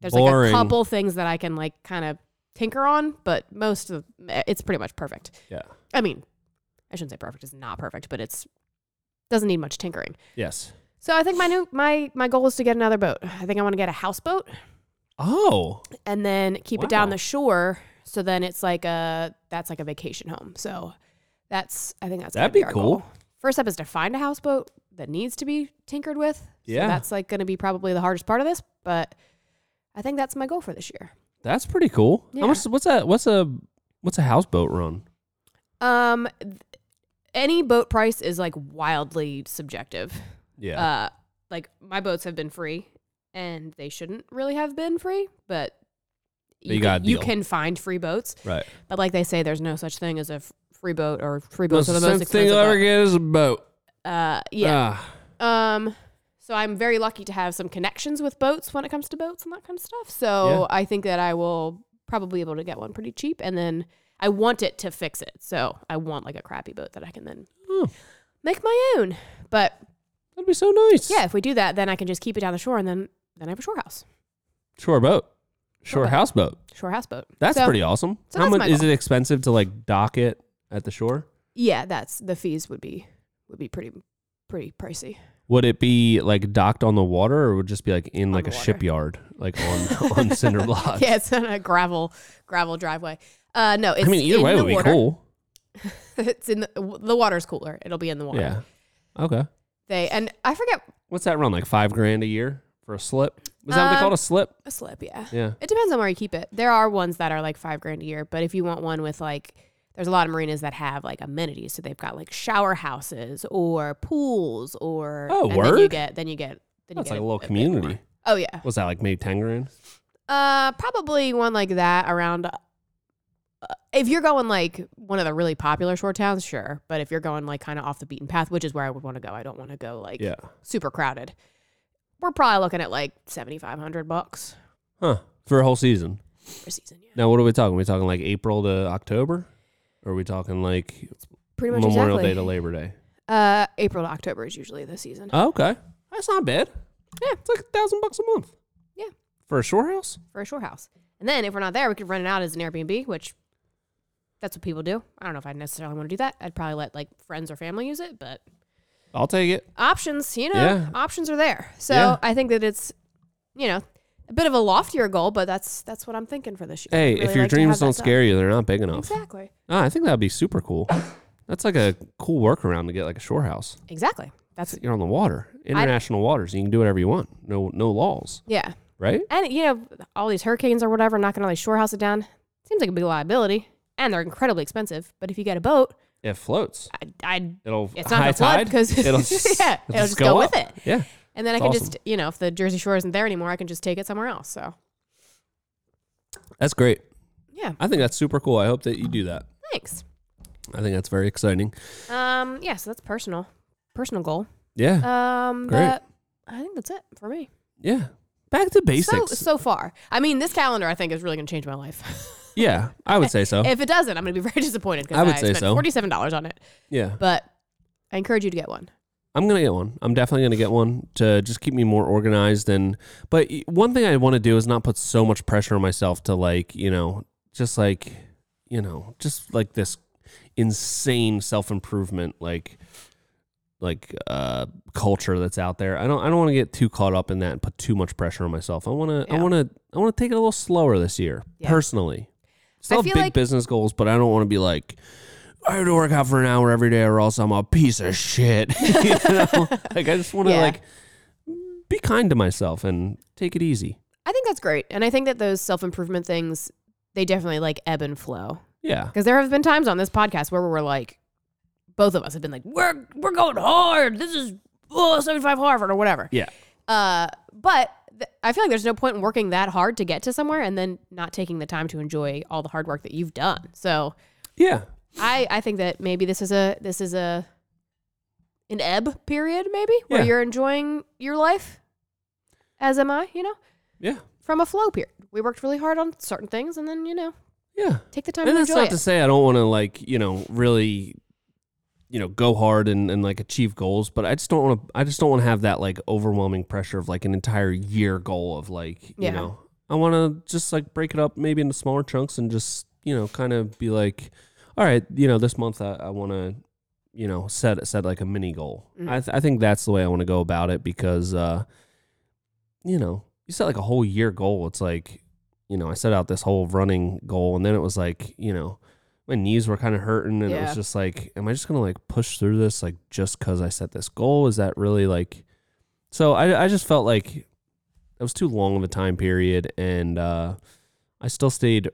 Speaker 2: there's
Speaker 1: Boring.
Speaker 2: like a couple things that I can like kind of tinker on, but most of eh, it's pretty much perfect.
Speaker 1: Yeah.
Speaker 2: I mean, I shouldn't say perfect; it's not perfect, but it's doesn't need much tinkering.
Speaker 1: Yes.
Speaker 2: So I think my new my my goal is to get another boat. I think I want to get a houseboat
Speaker 1: Oh.
Speaker 2: and then keep it down
Speaker 1: Wow.
Speaker 2: the shore. So then it's like a that's like a vacation home. So that's I think that's gonna
Speaker 1: That'd be
Speaker 2: our
Speaker 1: cool.
Speaker 2: goal. First step is to find a houseboat that needs to be tinkered with,
Speaker 1: Yeah.
Speaker 2: that's like going to be probably the hardest part of this, but I think that's my goal for this year.
Speaker 1: That's pretty cool.
Speaker 2: Yeah.
Speaker 1: How much? What's a what's a what's a houseboat run?
Speaker 2: Um, th- any boat price is like wildly subjective.
Speaker 1: Yeah.
Speaker 2: Uh, like my boats have been free, and they shouldn't really have been free, but
Speaker 1: you got a
Speaker 2: can, you
Speaker 1: deal.
Speaker 2: can find free boats.
Speaker 1: right.
Speaker 2: But like they say, there's no such thing as a f- free boat or free
Speaker 1: The
Speaker 2: boats are the most
Speaker 1: same thing
Speaker 2: expensive.
Speaker 1: you'll ever
Speaker 2: boat.
Speaker 1: get is a boat.
Speaker 2: Uh, yeah.
Speaker 1: Ah,
Speaker 2: Um, so I'm very lucky to have some connections with boats when it comes to boats and that kind of stuff. So
Speaker 1: Yeah.
Speaker 2: I think that I will probably be able to get one pretty cheap, and then I want it to fix it. So I want like a crappy boat that I can then
Speaker 1: Oh.
Speaker 2: make my own. But
Speaker 1: that'd be so nice.
Speaker 2: yeah, if we do that, then I can just keep it down the shore, and then then I have a shore house,
Speaker 1: Shore boat. Shore
Speaker 2: boat.
Speaker 1: houseboat.
Speaker 2: shore house boat.
Speaker 1: That's
Speaker 2: So-
Speaker 1: pretty awesome.
Speaker 2: so
Speaker 1: How
Speaker 2: that's
Speaker 1: much
Speaker 2: my
Speaker 1: is
Speaker 2: goal.
Speaker 1: it expensive to like dock it at the shore?
Speaker 2: Yeah, that's the fees would be would be pretty pretty pricey.
Speaker 1: Would it be like docked on the water, or would it just be like in like
Speaker 2: the
Speaker 1: a
Speaker 2: water.
Speaker 1: shipyard, like on on cinder blocks?
Speaker 2: Yeah, it's on a gravel gravel driveway. Uh, no, it's
Speaker 1: I mean, either
Speaker 2: in
Speaker 1: way
Speaker 2: the
Speaker 1: would be
Speaker 2: water.
Speaker 1: cool.
Speaker 2: it's in the, the water's cooler. It'll be in the water.
Speaker 1: Yeah. Okay.
Speaker 2: They and I forget
Speaker 1: What's that run like? Five grand a year for a slip? Is that what they
Speaker 2: Um,
Speaker 1: call it, a slip?
Speaker 2: a slip. Yeah,
Speaker 1: Yeah.
Speaker 2: it depends on where you keep it. There are ones that are like five grand a year, but if you want one with like, there's a lot of marinas that have like amenities, so they've got like shower houses or pools or
Speaker 1: Oh,
Speaker 2: and Then you
Speaker 1: word?
Speaker 2: get then you get then you
Speaker 1: That's
Speaker 2: get
Speaker 1: like a
Speaker 2: a
Speaker 1: little
Speaker 2: bit
Speaker 1: community.
Speaker 2: more. Oh yeah,
Speaker 1: What's that like? Maybe ten grand?
Speaker 2: Uh, probably one like that around. Uh, if you're going like one of the really popular shore towns, sure. But if you're going like kind of off the beaten path, which is where I would want to go, I don't want to go like
Speaker 1: Yeah.
Speaker 2: super crowded. We're probably looking at like seventy five hundred bucks
Speaker 1: Huh. For a whole season.
Speaker 2: for a season. Yeah,
Speaker 1: Now, what are we talking? Are we talking like April to October? Or are we talking like
Speaker 2: pretty much
Speaker 1: Memorial
Speaker 2: exactly.
Speaker 1: Day to Labor Day?
Speaker 2: uh, April to October is usually the season.
Speaker 1: Oh, okay. That's not bad.
Speaker 2: Yeah.
Speaker 1: It's like a thousand bucks a month.
Speaker 2: Yeah.
Speaker 1: For a shore house?
Speaker 2: for a shore house. And then if we're not there, we could rent it out as an Airbnb, which that's what people do. I don't know if I necessarily want to do that. I'd probably let like friends or family use it, but
Speaker 1: I'll take it.
Speaker 2: options, you know,
Speaker 1: Yeah.
Speaker 2: options are there. So
Speaker 1: Yeah.
Speaker 2: I think that it's, you know, a bit of a loftier goal, but that's that's what I'm thinking for this year.
Speaker 1: Hey,
Speaker 2: I'd really
Speaker 1: if your
Speaker 2: like to have
Speaker 1: dreams
Speaker 2: that
Speaker 1: don't
Speaker 2: done.
Speaker 1: scare you, they're not big enough.
Speaker 2: exactly,
Speaker 1: Ah, I think that'd be super cool. That's like a cool workaround to get like a shore house.
Speaker 2: exactly. That's
Speaker 1: You're on the water, international waters. You can do whatever you want. No, no laws,
Speaker 2: yeah,
Speaker 1: right?
Speaker 2: and you know, all these hurricanes or whatever, not going to really shore house it down. Seems like a big liability, and they're incredibly expensive. But if you get a boat,
Speaker 1: It floats.
Speaker 2: I, I'd
Speaker 1: It'll
Speaker 2: it's not
Speaker 1: high
Speaker 2: gonna flood
Speaker 1: tide
Speaker 2: 'cause-
Speaker 1: it'll just,
Speaker 2: yeah, it'll just go with
Speaker 1: up.
Speaker 2: it.
Speaker 1: Yeah,
Speaker 2: and then I
Speaker 1: It's
Speaker 2: can
Speaker 1: awesome.
Speaker 2: just you know, if the Jersey Shore isn't there anymore, I can just take it somewhere else. So
Speaker 1: that's great.
Speaker 2: yeah,
Speaker 1: I think that's super cool. I hope that you do that.
Speaker 2: thanks.
Speaker 1: I think that's very exciting.
Speaker 2: Um, yeah, so that's personal, personal goal.
Speaker 1: Yeah,
Speaker 2: Um,
Speaker 1: Great.
Speaker 2: but I think that's it for me.
Speaker 1: yeah. Back to
Speaker 2: So
Speaker 1: basics.
Speaker 2: so far, I mean, this calendar I think is really going to change my life.
Speaker 1: yeah, I would say so.
Speaker 2: if it doesn't, I'm going to be very disappointed because
Speaker 1: Oh. I
Speaker 2: I,
Speaker 1: would say
Speaker 2: spent
Speaker 1: so.
Speaker 2: forty-seven dollars on it.
Speaker 1: Yeah,
Speaker 2: But I encourage you to get one.
Speaker 1: I'm gonna get one. I'm definitely gonna get one to just keep me more organized. And but y- one thing I want to do is not put so much pressure on myself to like you know just like you know just like this insane self improvement like like uh culture that's out there. I don't I don't want to get too caught up in that and put too much pressure on myself. I want to I
Speaker 2: Yeah.
Speaker 1: want to I want to take it a little slower this year
Speaker 2: Yeah.
Speaker 1: personally.
Speaker 2: I
Speaker 1: Still have
Speaker 2: feel
Speaker 1: big
Speaker 2: like-
Speaker 1: business goals, but I don't want to be like I have to work out for an hour every day, or else I'm a piece of shit. you know? Like I just want to
Speaker 2: Yeah.
Speaker 1: like be kind to myself and take it easy.
Speaker 2: I think that's great, and I think that those self-improvement things they definitely like ebb and flow
Speaker 1: Yeah,
Speaker 2: because there have been times on this podcast where we were like, both of us have been like, we're we're going hard. This is oh, 75 Harvard or whatever.
Speaker 1: yeah,
Speaker 2: Uh, but th- I feel like there's no point in working that hard to get to somewhere and then not taking the time to enjoy all the hard work that you've done. So
Speaker 1: yeah.
Speaker 2: I, I think that maybe this is a this is a an ebb period maybe where
Speaker 1: Yeah.
Speaker 2: you're enjoying your life as am I, you know,
Speaker 1: Yeah,
Speaker 2: from a flow period. We worked really hard on certain things and then, you know,
Speaker 1: yeah.
Speaker 2: take the time
Speaker 1: and
Speaker 2: to
Speaker 1: that's
Speaker 2: enjoy
Speaker 1: not
Speaker 2: it.
Speaker 1: to say I don't want to like you know really, you know, go hard and, and like achieve goals, but I just don't want to. I just don't want to have that like overwhelming pressure of like an entire year goal of like you
Speaker 2: Yeah.
Speaker 1: know. I want to just like break it up maybe into smaller chunks and just you know kind of be like, all right, you know, this month I, I want to you know set set like a mini goal.
Speaker 2: Mm.
Speaker 1: I th- I think that's the way I want to go about it because uh, you know you set like a whole year goal. It's like you know, I set out this whole running goal and then it was like, you know, my knees were kind of hurting and it
Speaker 2: Yeah.
Speaker 1: was just like, am I just going to like push through this like just cuz I set this goal? Is that really like So I I just felt like it was too long of a time period, and uh, I still stayed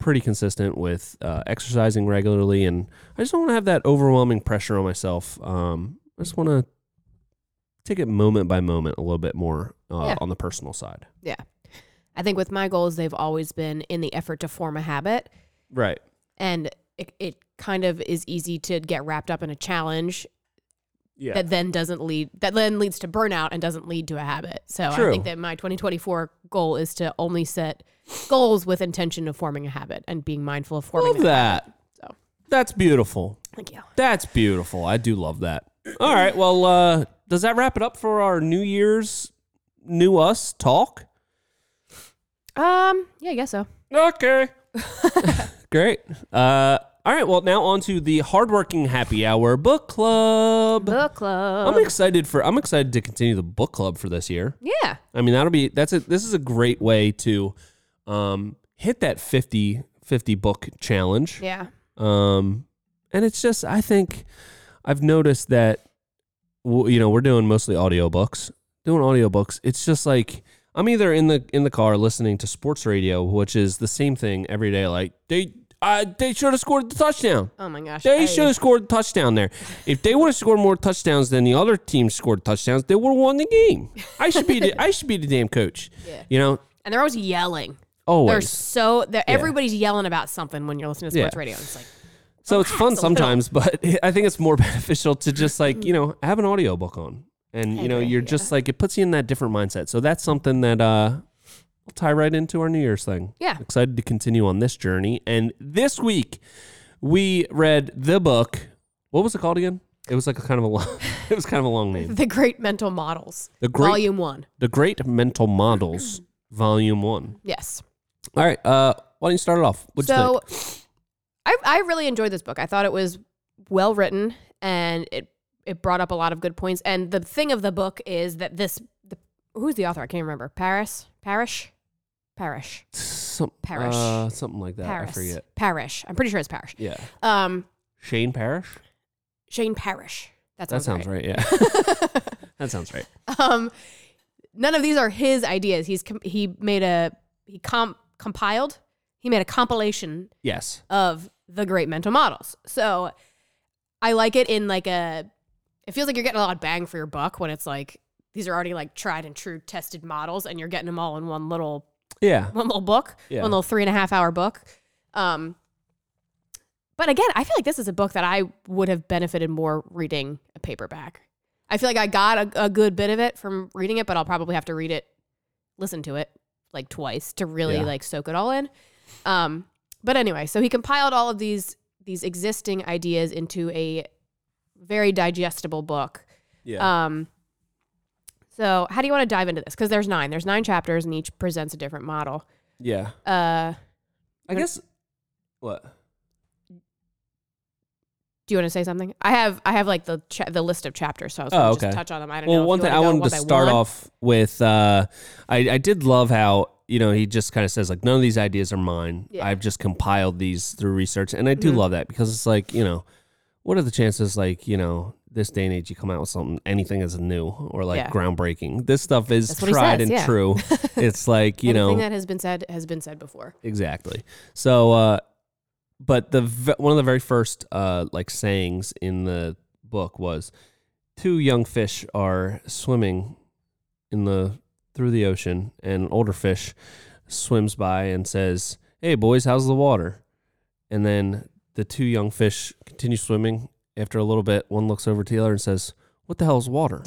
Speaker 1: pretty consistent with uh, exercising regularly, and I just don't want to have that overwhelming pressure on myself. Um, I just want to take it moment by moment a little bit more uh,
Speaker 2: Yeah.
Speaker 1: on the personal side.
Speaker 2: I think with my goals, they've always been in the effort to form a habit.
Speaker 1: Right.
Speaker 2: And it, it kind of is easy to get wrapped up in a challenge
Speaker 1: Yeah.
Speaker 2: that then doesn't lead, that then leads to burnout and doesn't lead to a habit. So I
Speaker 1: True.
Speaker 2: think that my 2024 goal is to only set goals with intention of forming a habit and being mindful of forming
Speaker 1: love
Speaker 2: a
Speaker 1: that.
Speaker 2: So.
Speaker 1: That's beautiful.
Speaker 2: Thank you.
Speaker 1: That's beautiful. I do love that. All right. Well, uh, does that wrap it up for our New Year's New Us talk?
Speaker 2: Um, yeah, I guess so.
Speaker 1: Okay. Great. Uh, all right. Well, now on to the Hardworking Happy Hour Book Club.
Speaker 2: Book club.
Speaker 1: I'm excited for. I'm excited to continue the book club for this year.
Speaker 2: yeah.
Speaker 1: I mean, that'll be that's a this is a great way to um, hit that 50 50 book challenge.
Speaker 2: Yeah.
Speaker 1: Um, and it's just, I think I've noticed that, w- you know, we're doing mostly audiobooks, doing audiobooks. It's just like, I'm either in the, in the car listening to sports radio, which is the same thing every day. Like they, uh, they should have scored the touchdown.
Speaker 2: Oh my gosh.
Speaker 1: They
Speaker 2: I-
Speaker 1: should have scored a touchdown there. If they would have scored more touchdowns than the other team scored touchdowns, they would have won the game. I should be the, I should be the damn coach.
Speaker 2: Yeah.
Speaker 1: You know,
Speaker 2: and they're always yelling.
Speaker 1: always.
Speaker 2: They're so they're, everybody's yelling about something when you're listening to sports
Speaker 1: Yeah.
Speaker 2: radio. It's like
Speaker 1: So it's fun
Speaker 2: relax a little. Mm.
Speaker 1: sometimes, but I think it's more beneficial to just like, you know, have an audiobook on. And you know,
Speaker 2: agree,
Speaker 1: you're just like it puts you in that different mindset. So that's something that uh will tie right into our New Year's thing.
Speaker 2: Yeah.
Speaker 1: Excited to continue on this journey. And this week we read the book. What was it called again? It was like a kind of a long it was kind of a long name.
Speaker 2: the Great Mental Models,
Speaker 1: The Great
Speaker 2: Volume One.
Speaker 1: The Great Mental Models, Volume One.
Speaker 2: Yes.
Speaker 1: All right. Uh why don't you start it off? What'd you think?
Speaker 2: so I I really enjoyed this book. I thought it was well written and it it brought up a lot of good points. And the thing of the book is that this the, who's the author? I can't remember. Paris Parish Parish
Speaker 1: Some,
Speaker 2: Parrish.
Speaker 1: uh, something like that.
Speaker 2: Paris
Speaker 1: I forget.
Speaker 2: Parish. I'm pretty sure it's Parish.
Speaker 1: Yeah.
Speaker 2: Um,
Speaker 1: Shane Parrish?
Speaker 2: Shane Parish. That
Speaker 1: That
Speaker 2: sounds,
Speaker 1: sounds right.
Speaker 2: right.
Speaker 1: Yeah. that sounds right.
Speaker 2: um, none of these are his ideas. He's com- he made a he comp- compiled. He made a compilation
Speaker 1: Yes.
Speaker 2: of the great mental models. So I like it in like a it feels like you're getting a lot of bang for your buck when it's like these are already like tried and true tested models and you're getting them all in one little
Speaker 1: Yeah.
Speaker 2: one little book,
Speaker 1: Yeah.
Speaker 2: one little three and a half hour book. Um, but again, I feel like this is a book that I would have benefited more reading a paperback. I feel like I got a, a good bit of it from reading it, but I'll probably have to read it, listen to it like twice to really
Speaker 1: Yeah.
Speaker 2: like soak it all in. Um, but anyway, so he compiled all of these these existing ideas into a very digestible book.
Speaker 1: Yeah.
Speaker 2: Um, so how do you want to dive into this? Because there's nine. There's nine chapters, and each presents a different model.
Speaker 1: yeah.
Speaker 2: Uh,
Speaker 1: I guess what?
Speaker 2: do you want to say something? I have I have like the cha- the list of chapters, so I was gonna
Speaker 1: Oh,
Speaker 2: just
Speaker 1: okay.
Speaker 2: touch on them. I don't know.
Speaker 1: Well,
Speaker 2: if
Speaker 1: one
Speaker 2: you
Speaker 1: thing I
Speaker 2: wanna go
Speaker 1: wanted to
Speaker 2: one by
Speaker 1: start
Speaker 2: one.
Speaker 1: off with uh I I did love how, you know, he just kind of says like none of these ideas are mine.
Speaker 2: Yeah. Mm-hmm.
Speaker 1: I've just compiled these through research and I do love that because it's like, you know, what are the chances like, you know, this day and age you come out with something anything is new or like
Speaker 2: Yeah.
Speaker 1: groundbreaking. This stuff is
Speaker 2: That's what he
Speaker 1: tried
Speaker 2: says,
Speaker 1: and
Speaker 2: yeah.
Speaker 1: true. it's like, you know,
Speaker 2: Anything that has been said has been said before.
Speaker 1: Exactly. So, uh, but the ve- one of the very first uh, like sayings in the book was, two young fish are swimming in the through the ocean, and an older fish swims by and says, "Hey boys, how's the water?" And then the two young fish continue swimming. After a little bit, one looks over to the other and says, "What the hell is water?"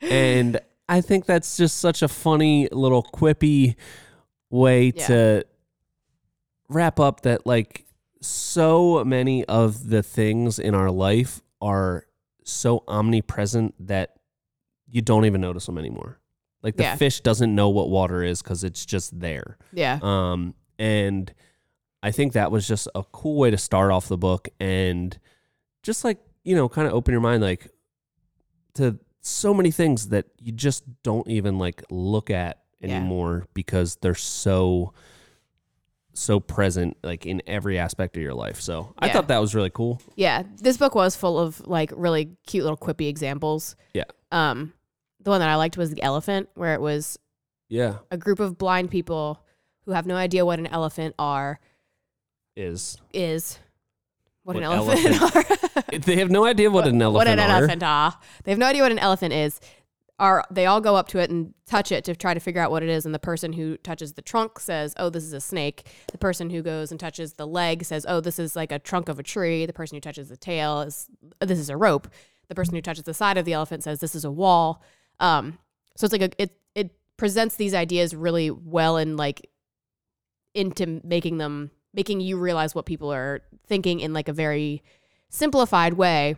Speaker 1: and I think that's just such a funny little quippy way
Speaker 2: Yeah.
Speaker 1: to wrap up that like so many of the things in our life are so omnipresent that you don't even notice them anymore. Like the
Speaker 2: Yeah.
Speaker 1: fish doesn't know what water is because it's just there.
Speaker 2: Yeah.
Speaker 1: Um, and I think that was just a cool way to start off the book and just like, you know, kind of open your mind like to so many things that you just don't even like look at
Speaker 2: Yeah.
Speaker 1: anymore because they're so so present like in every aspect of your life. So I
Speaker 2: Yeah.
Speaker 1: thought that was really cool.
Speaker 2: Yeah, this book was full of like really cute little quippy examples.
Speaker 1: Yeah.
Speaker 2: Um, the one that I liked was the elephant, where it was
Speaker 1: Yeah,
Speaker 2: a group of blind people who have no idea what an elephant are
Speaker 1: is
Speaker 2: is what, an
Speaker 1: What
Speaker 2: elephant, are.
Speaker 1: they have no idea what, an elephant
Speaker 2: what an
Speaker 1: are.
Speaker 2: elephant are. They have no idea what an elephant is. Are they all go up to it and touch it to try to figure out what it is? And the person who touches the trunk says, "Oh, this is a snake." The person who goes and touches the leg says, "Oh, this is like a trunk of a tree." The person who touches the tail is, "This is a rope." The person who touches the side of the elephant says, "This is a wall." Um, so it's like a, it it presents these ideas really well and like into making them making you realize what people are thinking in like a very simplified way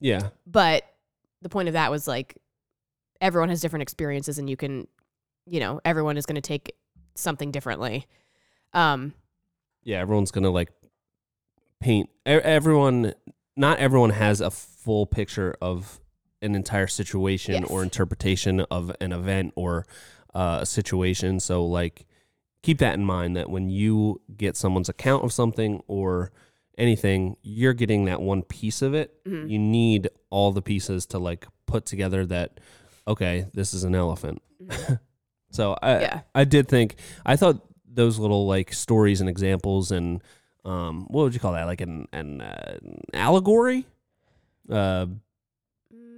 Speaker 1: Yeah,
Speaker 2: but the point of that was like everyone has different experiences and you can you know everyone is going to take something differently um
Speaker 1: yeah. Everyone's gonna like paint. e- Everyone, not everyone has a full picture of an entire situation
Speaker 2: Yes.
Speaker 1: or interpretation of an event or uh, a situation. So like, keep that in mind that when you get someone's account of something or anything, you're getting that one piece of it.
Speaker 2: Mhm.
Speaker 1: You need all the pieces to like put together that okay, this is an elephant. so I
Speaker 2: Mm-hmm. Yeah.
Speaker 1: I did think I thought those little like stories and examples and um what would you call that like an an, uh, allegory uh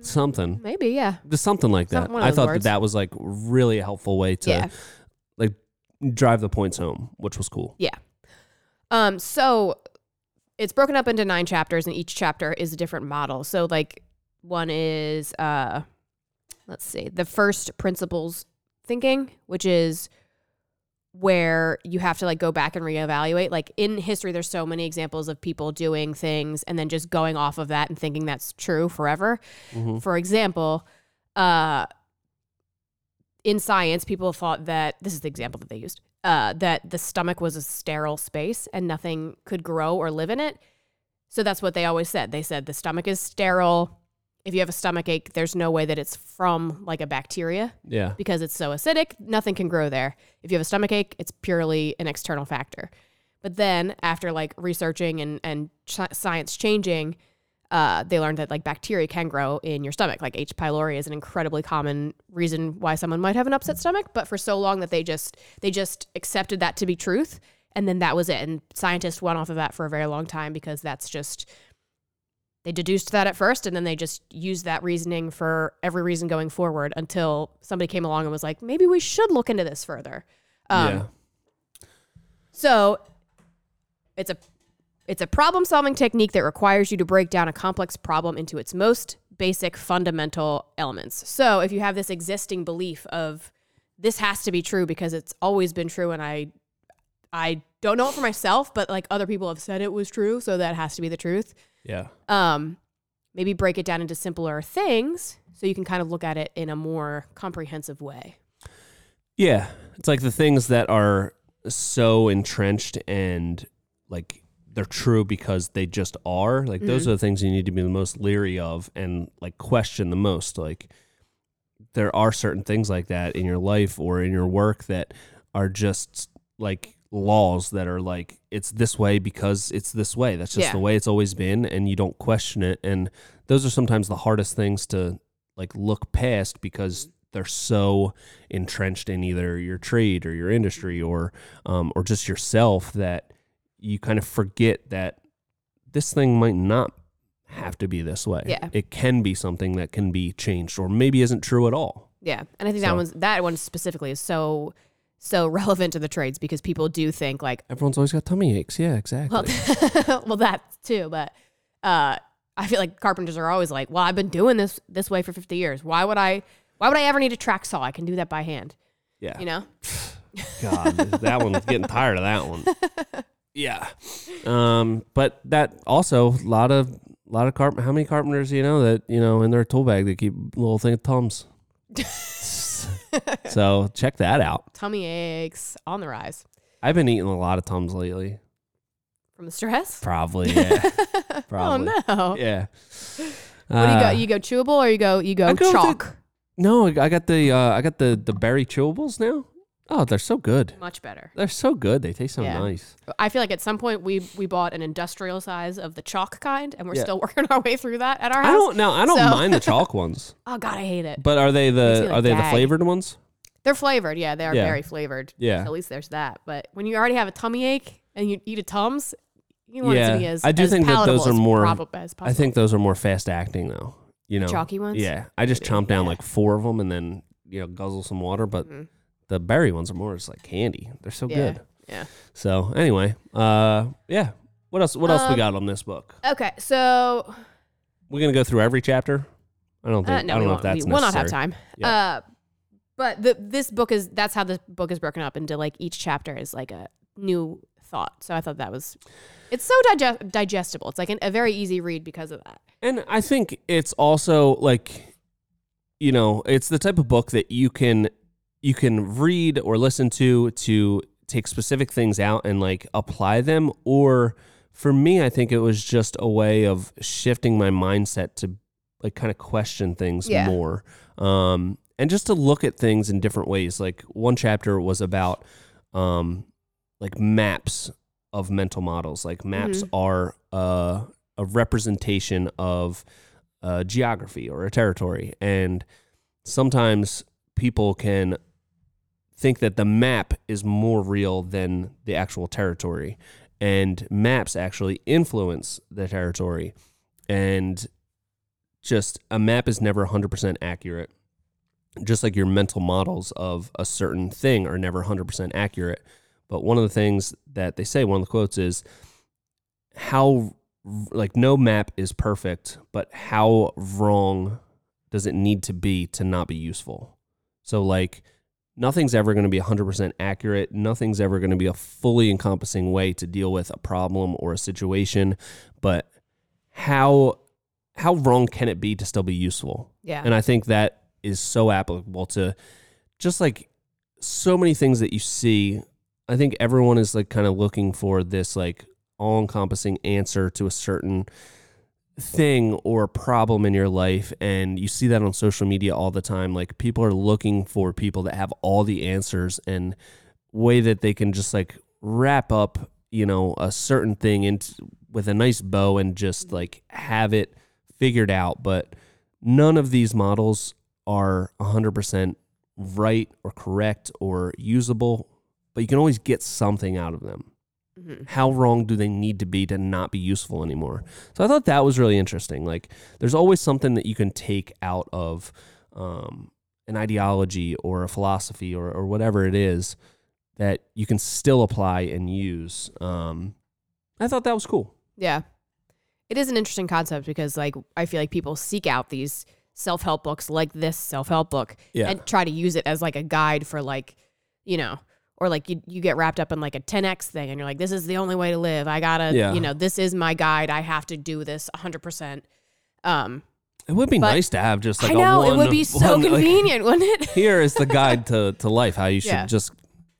Speaker 1: something
Speaker 2: Mm, maybe yeah
Speaker 1: just something like that.
Speaker 2: Some- one of
Speaker 1: I
Speaker 2: those
Speaker 1: thought
Speaker 2: words.
Speaker 1: that that was like really a helpful way to
Speaker 2: yeah
Speaker 1: drive the points home, which was cool.
Speaker 2: um so it's broken up into nine chapters and each chapter is a different model so like one is uh let's see the first principles thinking which is where you have to like go back and reevaluate like in history there's so many examples of people doing things and then just going off of that and thinking that's true forever
Speaker 1: Mhm.
Speaker 2: for example uh in science people thought that this is the example that they used uh, that the stomach was a sterile space and nothing could grow or live in it so that's what they always said they said the stomach is sterile if you have a stomach ache there's no way that it's from like a bacteria
Speaker 1: Yeah.
Speaker 2: because it's so acidic, nothing can grow there. If you have a stomach ache, it's purely an external factor. But then after like researching and and ch- science changing, uh, they learned that like bacteria can grow in your stomach. Like H. pylori is an incredibly common reason why someone might have an upset stomach. But for so long that they just they just accepted that to be truth, and then that was it. And scientists went off of that for a very long time because that's just they deduced that at first and then they just used that reasoning for every reason going forward until somebody came along and was like maybe we should look into this further um,
Speaker 1: yeah.
Speaker 2: so it's a it's a problem solving technique that requires you to break down a complex problem into its most basic fundamental elements. So if you have this existing belief of this has to be true because it's always been true and I I don't know it for myself, but like other people have said it was true, so that has to be the truth
Speaker 1: Yeah.
Speaker 2: um, maybe break it down into simpler things so you can kind of look at it in a more comprehensive way.
Speaker 1: Yeah. It's like the things that are so entrenched and like they're true because they just are. Like those are the things you need to be the most leery of and like question the most. Like there are certain things like that in your life or in your work that are just like laws that are like it's this way because it's this way. That's just
Speaker 2: Yeah.
Speaker 1: the way it's always been and you don't question it and those are sometimes the hardest things to like look past because they're so entrenched in either your trade or your industry or um, or just yourself that you kind of forget that this thing might not have to be this way.
Speaker 2: Yeah.
Speaker 1: It can be something that can be changed or maybe isn't true at all.
Speaker 2: Yeah, and I think
Speaker 1: So-
Speaker 2: that one's that one specifically is so so relevant to the trades because people do think like
Speaker 1: Everyone's always got tummy aches. Yeah, exactly.
Speaker 2: well, well that too, but uh, I feel like carpenters are always like, well, I've been doing this this way for fifty years. Why would I? Why would I ever need a track saw? I can do that by hand.
Speaker 1: yeah.
Speaker 2: You know?
Speaker 1: God, that one's getting tired of that one. Yeah. Um, but that also a lot of lot of carp how many carpenters do you know that, you know, in their tool bag they keep a little thing of tums. so check that out.
Speaker 2: Tummy aches on the rise
Speaker 1: I've been eating a lot of tums lately.
Speaker 2: from the stress.
Speaker 1: Probably, yeah. Probably.
Speaker 2: Oh no!
Speaker 1: Yeah.
Speaker 2: What do you
Speaker 1: Uh,
Speaker 2: go? You go chewable or you go you go
Speaker 1: I go with
Speaker 2: chalk?
Speaker 1: No, I I got the uh, I got the the berry chewables now. Oh, they're so good.
Speaker 2: Much better.
Speaker 1: They're so good. They taste so
Speaker 2: Yeah.
Speaker 1: nice.
Speaker 2: I feel like at some point we we bought an industrial size of the chalk kind, and we're
Speaker 1: Yeah.
Speaker 2: still working our way through that at our house.
Speaker 1: I don't know. I don't
Speaker 2: So-
Speaker 1: mind the chalk ones,
Speaker 2: oh god, I hate it.
Speaker 1: but are they
Speaker 2: me,
Speaker 1: the
Speaker 2: like,
Speaker 1: are they the
Speaker 2: gag.
Speaker 1: flavored ones?
Speaker 2: They're flavored, yeah. They are
Speaker 1: Yeah.
Speaker 2: very flavored.
Speaker 1: Yeah.
Speaker 2: At least there's that. But when you already have a tummy ache and you eat a tums, you want it
Speaker 1: Yeah.
Speaker 2: to be as
Speaker 1: I do
Speaker 2: as
Speaker 1: think that those
Speaker 2: palatable
Speaker 1: are
Speaker 2: as
Speaker 1: more-
Speaker 2: prob- as possible.
Speaker 1: I think those are more fast acting though. You know,
Speaker 2: chalky ones.
Speaker 1: Yeah, I just chomp down like four of them and then you know guzzle some water. But the berry ones are more just like candy. They're so
Speaker 2: Mm-hmm. Yeah.
Speaker 1: good.
Speaker 2: Yeah.
Speaker 1: So anyway, uh, yeah. What else? What else we
Speaker 2: Um,
Speaker 1: got on this book?
Speaker 2: Okay, so
Speaker 1: We're gonna go through every chapter. I don't think.
Speaker 2: Uh, no,
Speaker 1: I
Speaker 2: we
Speaker 1: don't know
Speaker 2: won't.
Speaker 1: if that's
Speaker 2: we will not have
Speaker 1: necessary.
Speaker 2: time.
Speaker 1: Yeah.
Speaker 2: Uh, but the, this book is that's how this book is broken up into like each chapter is like a new thought. So I thought that was it's so digest- digestible. It's like an, a very easy read because of that.
Speaker 1: And I think it's also like, you know, it's the type of book that you can you can read or listen to to take specific things out and like apply them. Or for me, I think it was just a way of shifting my mindset to like kind of question things
Speaker 2: Yeah.
Speaker 1: more, um, and just to look at things in different ways. Like one chapter was about um, like maps of mental models. Like maps are uh, a representation of a geography or a territory, and sometimes people can think that the map is more real than the actual territory, and maps actually influence the territory, and just a map is never 100% accurate just like your mental models of a certain thing are never 100% accurate. But one of the things that they say, one of the quotes is how, like, no map is perfect, but how wrong does it need to be to not be useful? So, like, nothing's ever going to be 100% accurate. Nothing's ever going to be a fully encompassing way to deal with a problem or a situation. But how, how wrong can it be to still be useful?
Speaker 2: Yeah.
Speaker 1: And I think that is so applicable to just like so many things that you see. I think everyone is like kind of looking for this like all encompassing answer to a certain thing or problem in your life. And you see that on social media all the time. Like people are looking for people that have all the answers and way that they can just like wrap up, you know, a certain thing into with a nice bow and just like have it figured out. But none of these models are 100% right or correct or usable, but you can always get something out of them.
Speaker 2: Mhm.
Speaker 1: How wrong do they need to be to not be useful anymore? So I thought that was really interesting. Like, there's always something that you can take out of um, an ideology or a philosophy or, or whatever it is that you can still apply and use. Um, I thought that was cool.
Speaker 2: Yeah. It is an interesting concept because like I feel like people seek out these self-help books like this self-help book
Speaker 1: Yeah.
Speaker 2: and try to use it as like a guide for like, you know, or like you you get wrapped up in like a 10x thing and you're like this is the only way to live. I got to,
Speaker 1: Yeah.
Speaker 2: you know, this is my guide. I have to do this 100%. Um
Speaker 1: It would be
Speaker 2: But-
Speaker 1: nice to have just like
Speaker 2: I
Speaker 1: a
Speaker 2: know it
Speaker 1: one-
Speaker 2: would be so
Speaker 1: one, like,
Speaker 2: convenient, wouldn't it?
Speaker 1: here is the guide to, to life how you should
Speaker 2: Yeah.
Speaker 1: just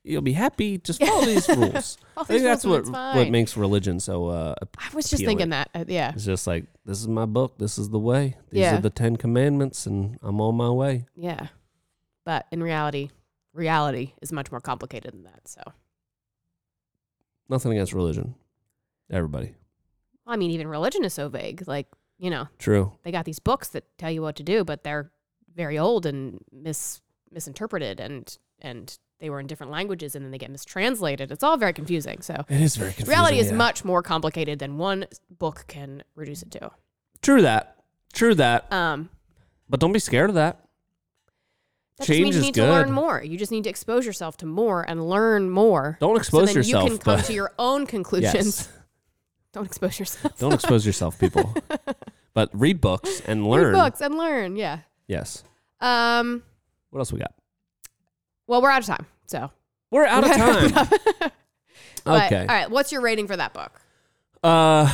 Speaker 1: you'll be happy just follow these rules
Speaker 2: All
Speaker 1: i think
Speaker 2: these
Speaker 1: that's what
Speaker 2: rules and it's
Speaker 1: what
Speaker 2: fine.
Speaker 1: makes religion so uh
Speaker 2: I was just
Speaker 1: appealing.
Speaker 2: thinking that. uh, yeah.
Speaker 1: it's just like this is my book this is the way these
Speaker 2: Yeah.
Speaker 1: are the 10 commandments and i'm on my way
Speaker 2: Yeah. But in reality, reality is much more complicated than that. So
Speaker 1: nothing against religion everybody
Speaker 2: I mean, even religion is so vague. Like, you know,
Speaker 1: true
Speaker 2: they got these books that tell you what to do, but they're very old and mis misinterpreted and and they were in different languages and then they get mistranslated. It's all very confusing. So
Speaker 1: it is very confusing
Speaker 2: reality is
Speaker 1: yeah.
Speaker 2: much more complicated than one book can reduce it to.
Speaker 1: true that true that
Speaker 2: Um
Speaker 1: but don't be scared of that
Speaker 2: that
Speaker 1: Change
Speaker 2: just means you
Speaker 1: is
Speaker 2: need to learn
Speaker 1: good.
Speaker 2: more. You just need to expose yourself to more and learn more.
Speaker 1: don't expose
Speaker 2: so then
Speaker 1: yourself
Speaker 2: you can come
Speaker 1: but
Speaker 2: to your own conclusions.
Speaker 1: yes
Speaker 2: Don't expose yourself.
Speaker 1: don't expose yourself people but read books and learn
Speaker 2: Read books and learn. Yeah.
Speaker 1: yes
Speaker 2: Um.
Speaker 1: what else we got
Speaker 2: Well, we're out of time, so
Speaker 1: we're out of time
Speaker 2: But,
Speaker 1: okay
Speaker 2: All right. What's your rating for that book?
Speaker 1: Uh,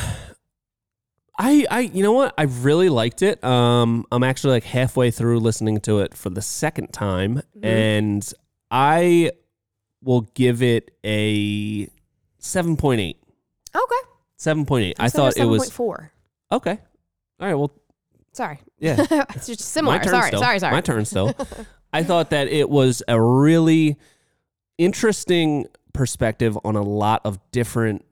Speaker 1: I I you know what I really liked it. Um, I'm actually like halfway through listening to it for the second time, and I will give it a seven point eight.
Speaker 2: Okay.
Speaker 1: Seven point eight. I thought it was
Speaker 2: four.
Speaker 1: okay. All right. Well,
Speaker 2: Sorry.
Speaker 1: yeah.
Speaker 2: it's just similar. Sorry.
Speaker 1: still.
Speaker 2: Sorry. Sorry.
Speaker 1: My turn still. I thought that it was a really interesting perspective on a lot of different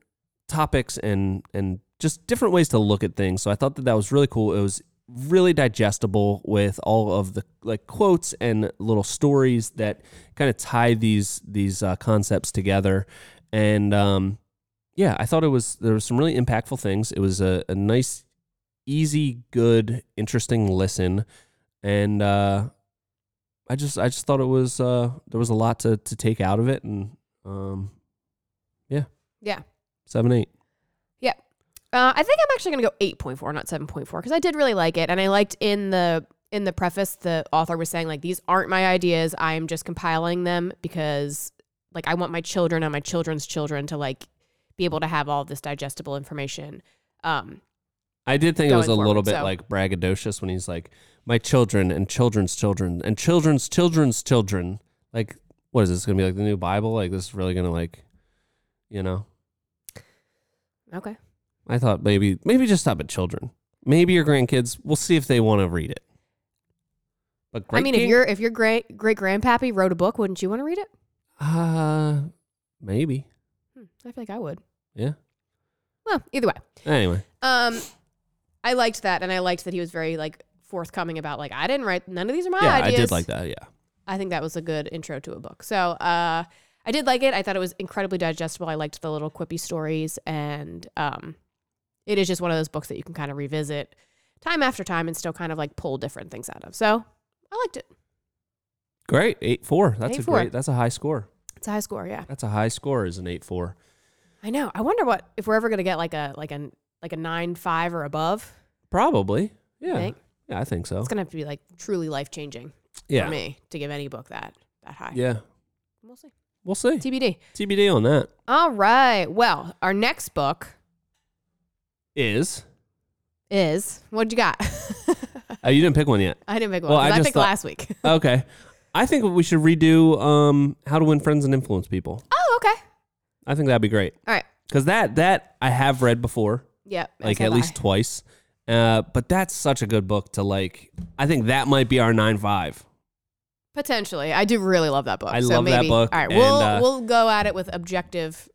Speaker 1: topics and and just different ways to look at things. So I thought that that was really cool. It was really digestible with all of the like quotes and little stories that kind of tie these these uh, concepts together. And um, yeah, I thought it was there was some really impactful things. It was a, a nice, easy, good, interesting listen, and uh, I just I just thought it was uh, there was a lot to to take out of it, and um,
Speaker 2: Yeah.
Speaker 1: seven eight.
Speaker 2: Uh, I think I'm actually gonna go eight point four, not seven point four, because I did really like it, and I liked in the in the preface the author was saying like these aren't my ideas. I am just compiling them because like I want my children and my children's children to like be able to have all this digestible information. Um,
Speaker 1: I did think it was a
Speaker 2: going
Speaker 1: little
Speaker 2: forward,
Speaker 1: bit
Speaker 2: so.
Speaker 1: like braggadocious when he's like, "My children and children's children and children's children's children." Like, what is this going to be like the new Bible? Like, this is really going to like, you know?
Speaker 2: okay,
Speaker 1: I thought maybe maybe just stop at children. Maybe your grandkids. We'll see if they want to read it. But great
Speaker 2: I mean, if your if your great great grandpappy wrote a book, wouldn't you want to read it?
Speaker 1: uh, maybe
Speaker 2: Hmm, I feel like I would.
Speaker 1: yeah.
Speaker 2: Well, either way,
Speaker 1: Anyway,
Speaker 2: um, I liked that, and I liked that he was very like forthcoming about like I didn't write none of these are my
Speaker 1: yeah,
Speaker 2: ideas.
Speaker 1: I did like that. Yeah,
Speaker 2: I think that was a good intro to a book. So uh, I did like it. I thought it was incredibly digestible. I liked the little quippy stories, and um, it is just one of those books that you can kind of revisit time after time and still kind of like pull different things out of. So I liked it.
Speaker 1: great eight four. That's a
Speaker 2: 8-4.
Speaker 1: great. That's a high score.
Speaker 2: It's a high score, yeah.
Speaker 1: That's a high score. Is an eight four.
Speaker 2: I know. I wonder what if we're ever gonna get like a like an like a nine five or above.
Speaker 1: Probably.
Speaker 2: I
Speaker 1: Yeah.
Speaker 2: think
Speaker 1: Yeah, I think so.
Speaker 2: it's gonna have to be like truly life changing
Speaker 1: Yeah.
Speaker 2: for me to give any book that that high.
Speaker 1: Yeah.
Speaker 2: We'll see.
Speaker 1: We'll see.
Speaker 2: TBD.
Speaker 1: TBD on that
Speaker 2: All right. Well, our next book
Speaker 1: is.
Speaker 2: is what you got?
Speaker 1: Oh, you didn't pick one yet.
Speaker 2: I didn't make one.
Speaker 1: Well,
Speaker 2: 'cause
Speaker 1: I
Speaker 2: I,
Speaker 1: just
Speaker 2: picked
Speaker 1: thought-
Speaker 2: last week.
Speaker 1: Okay. I think we should redo um, how to win friends and influence people.
Speaker 2: oh, okay.
Speaker 1: I think that'd be great
Speaker 2: All right.
Speaker 1: because that that I have read before,
Speaker 2: Yep.
Speaker 1: like
Speaker 2: so
Speaker 1: at
Speaker 2: have
Speaker 1: least
Speaker 2: I.
Speaker 1: twice. Uh, but that's such a good book to like. I think that might be our nine five.
Speaker 2: potentially. I do really love that book.
Speaker 1: I
Speaker 2: so
Speaker 1: love that
Speaker 2: maybe-
Speaker 1: book,
Speaker 2: All right,
Speaker 1: and,
Speaker 2: we'll
Speaker 1: uh,
Speaker 2: we'll go at it with objective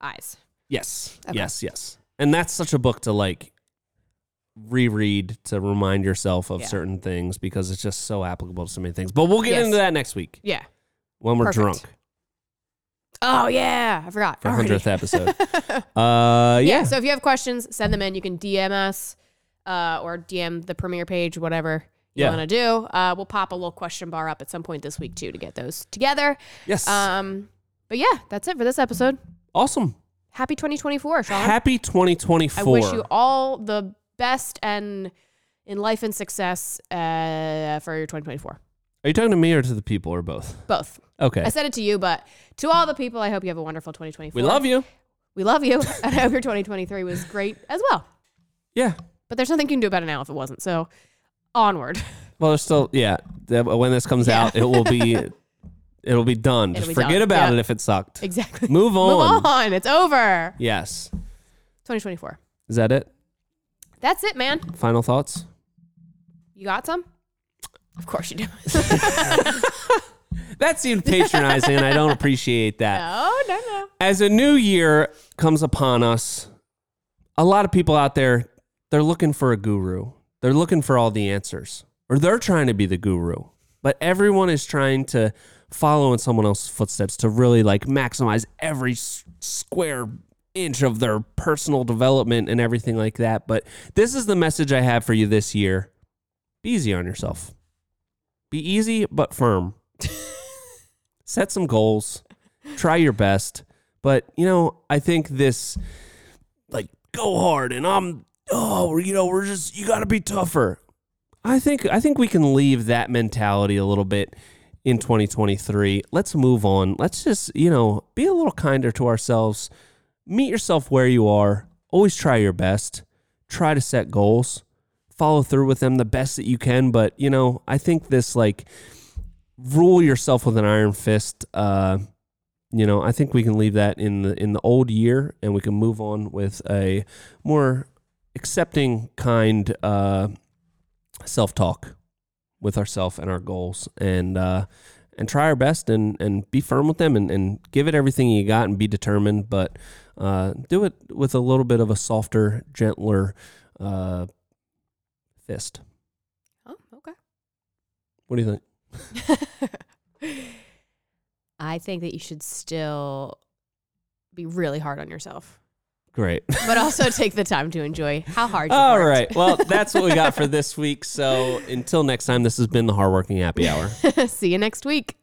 Speaker 2: eyes.
Speaker 1: Yes,
Speaker 2: Okay.
Speaker 1: yes, yes. And that's such a book to like reread to remind yourself of
Speaker 2: Yeah.
Speaker 1: certain things because it's just so applicable to so many things. But we'll get
Speaker 2: Yes.
Speaker 1: into that next week
Speaker 2: Yeah.
Speaker 1: when we're
Speaker 2: Perfect.
Speaker 1: drunk
Speaker 2: Oh yeah, I forgot.
Speaker 1: for
Speaker 2: Already.
Speaker 1: hundredth episode. uh, yeah.
Speaker 2: yeah. So if you have questions, send them in. You can DM us uh, or DM the premiere page, whatever you
Speaker 1: Yeah.
Speaker 2: want to do. Uh, we'll pop a little question bar up at some point this week too to get those together.
Speaker 1: yes.
Speaker 2: Um, but yeah, that's it for this episode.
Speaker 1: awesome.
Speaker 2: Happy 2024, Sean.
Speaker 1: Happy 2024.
Speaker 2: I wish you all the best and in life and success uh, for your 2024.
Speaker 1: Are you talking to me or to the people or both?
Speaker 2: Both.
Speaker 1: Okay.
Speaker 2: I said it to you, but to all the people, I hope you have a wonderful 2024.
Speaker 1: We love you.
Speaker 2: We love you. and I hope your 2023 was great as well.
Speaker 1: Yeah.
Speaker 2: But there's nothing you can do about it now if it wasn't. So onward.
Speaker 1: Well, there's still yeah. th- When this comes
Speaker 2: Yeah.
Speaker 1: out, it will be it'll be done.
Speaker 2: It'll
Speaker 1: Just
Speaker 2: be
Speaker 1: forget
Speaker 2: done.
Speaker 1: about
Speaker 2: Yeah.
Speaker 1: it if it sucked.
Speaker 2: Exactly.
Speaker 1: Move on.
Speaker 2: Move on. It's over.
Speaker 1: Yes.
Speaker 2: 2024.
Speaker 1: Is that it?
Speaker 2: That's it, man.
Speaker 1: Final thoughts?
Speaker 2: You got some? Of course you do.
Speaker 1: That seemed patronizing. and I don't appreciate that.
Speaker 2: no, Oh, no, no.
Speaker 1: as a new year comes upon us, a lot of people out there, they're looking for a guru. They're looking for all the answers, or they're trying to be the guru. But everyone is trying to follow in someone else's footsteps to really like maximize every s- square inch of their personal development and everything like that. But this is the message I have for you this year be easy on yourself, be easy but firm. Set some goals, try your best. But you know, I think this like go hard and I'm oh we're- you know we're just you got to be tougher. I think I think we can leave that mentality a little bit in 2023. Let's move on. Let's just you know be a little kinder to ourselves. Meet yourself where you are. Always try your best. Try to set goals. Follow through with them the best that you can. But you know, I think this like rule yourself with an iron fist. Uh, you know, I think we can leave that in the in the old year, and we can move on with a more accepting, kind uh, self talk with ourselves and our goals, and uh, and try our best and, and be firm with them and, and give it everything you got and be determined, but uh, do it with a little bit of a softer, gentler uh, fist.
Speaker 2: Oh, okay.
Speaker 1: What do you think?
Speaker 2: I think that you should still be really hard on yourself,
Speaker 1: Great.
Speaker 2: but also take the time to enjoy how hard you
Speaker 1: All
Speaker 2: worked.
Speaker 1: right. Well, that's what we got for this week. So until next time, this has been the Hardworking Happy Hour.
Speaker 2: See you next week.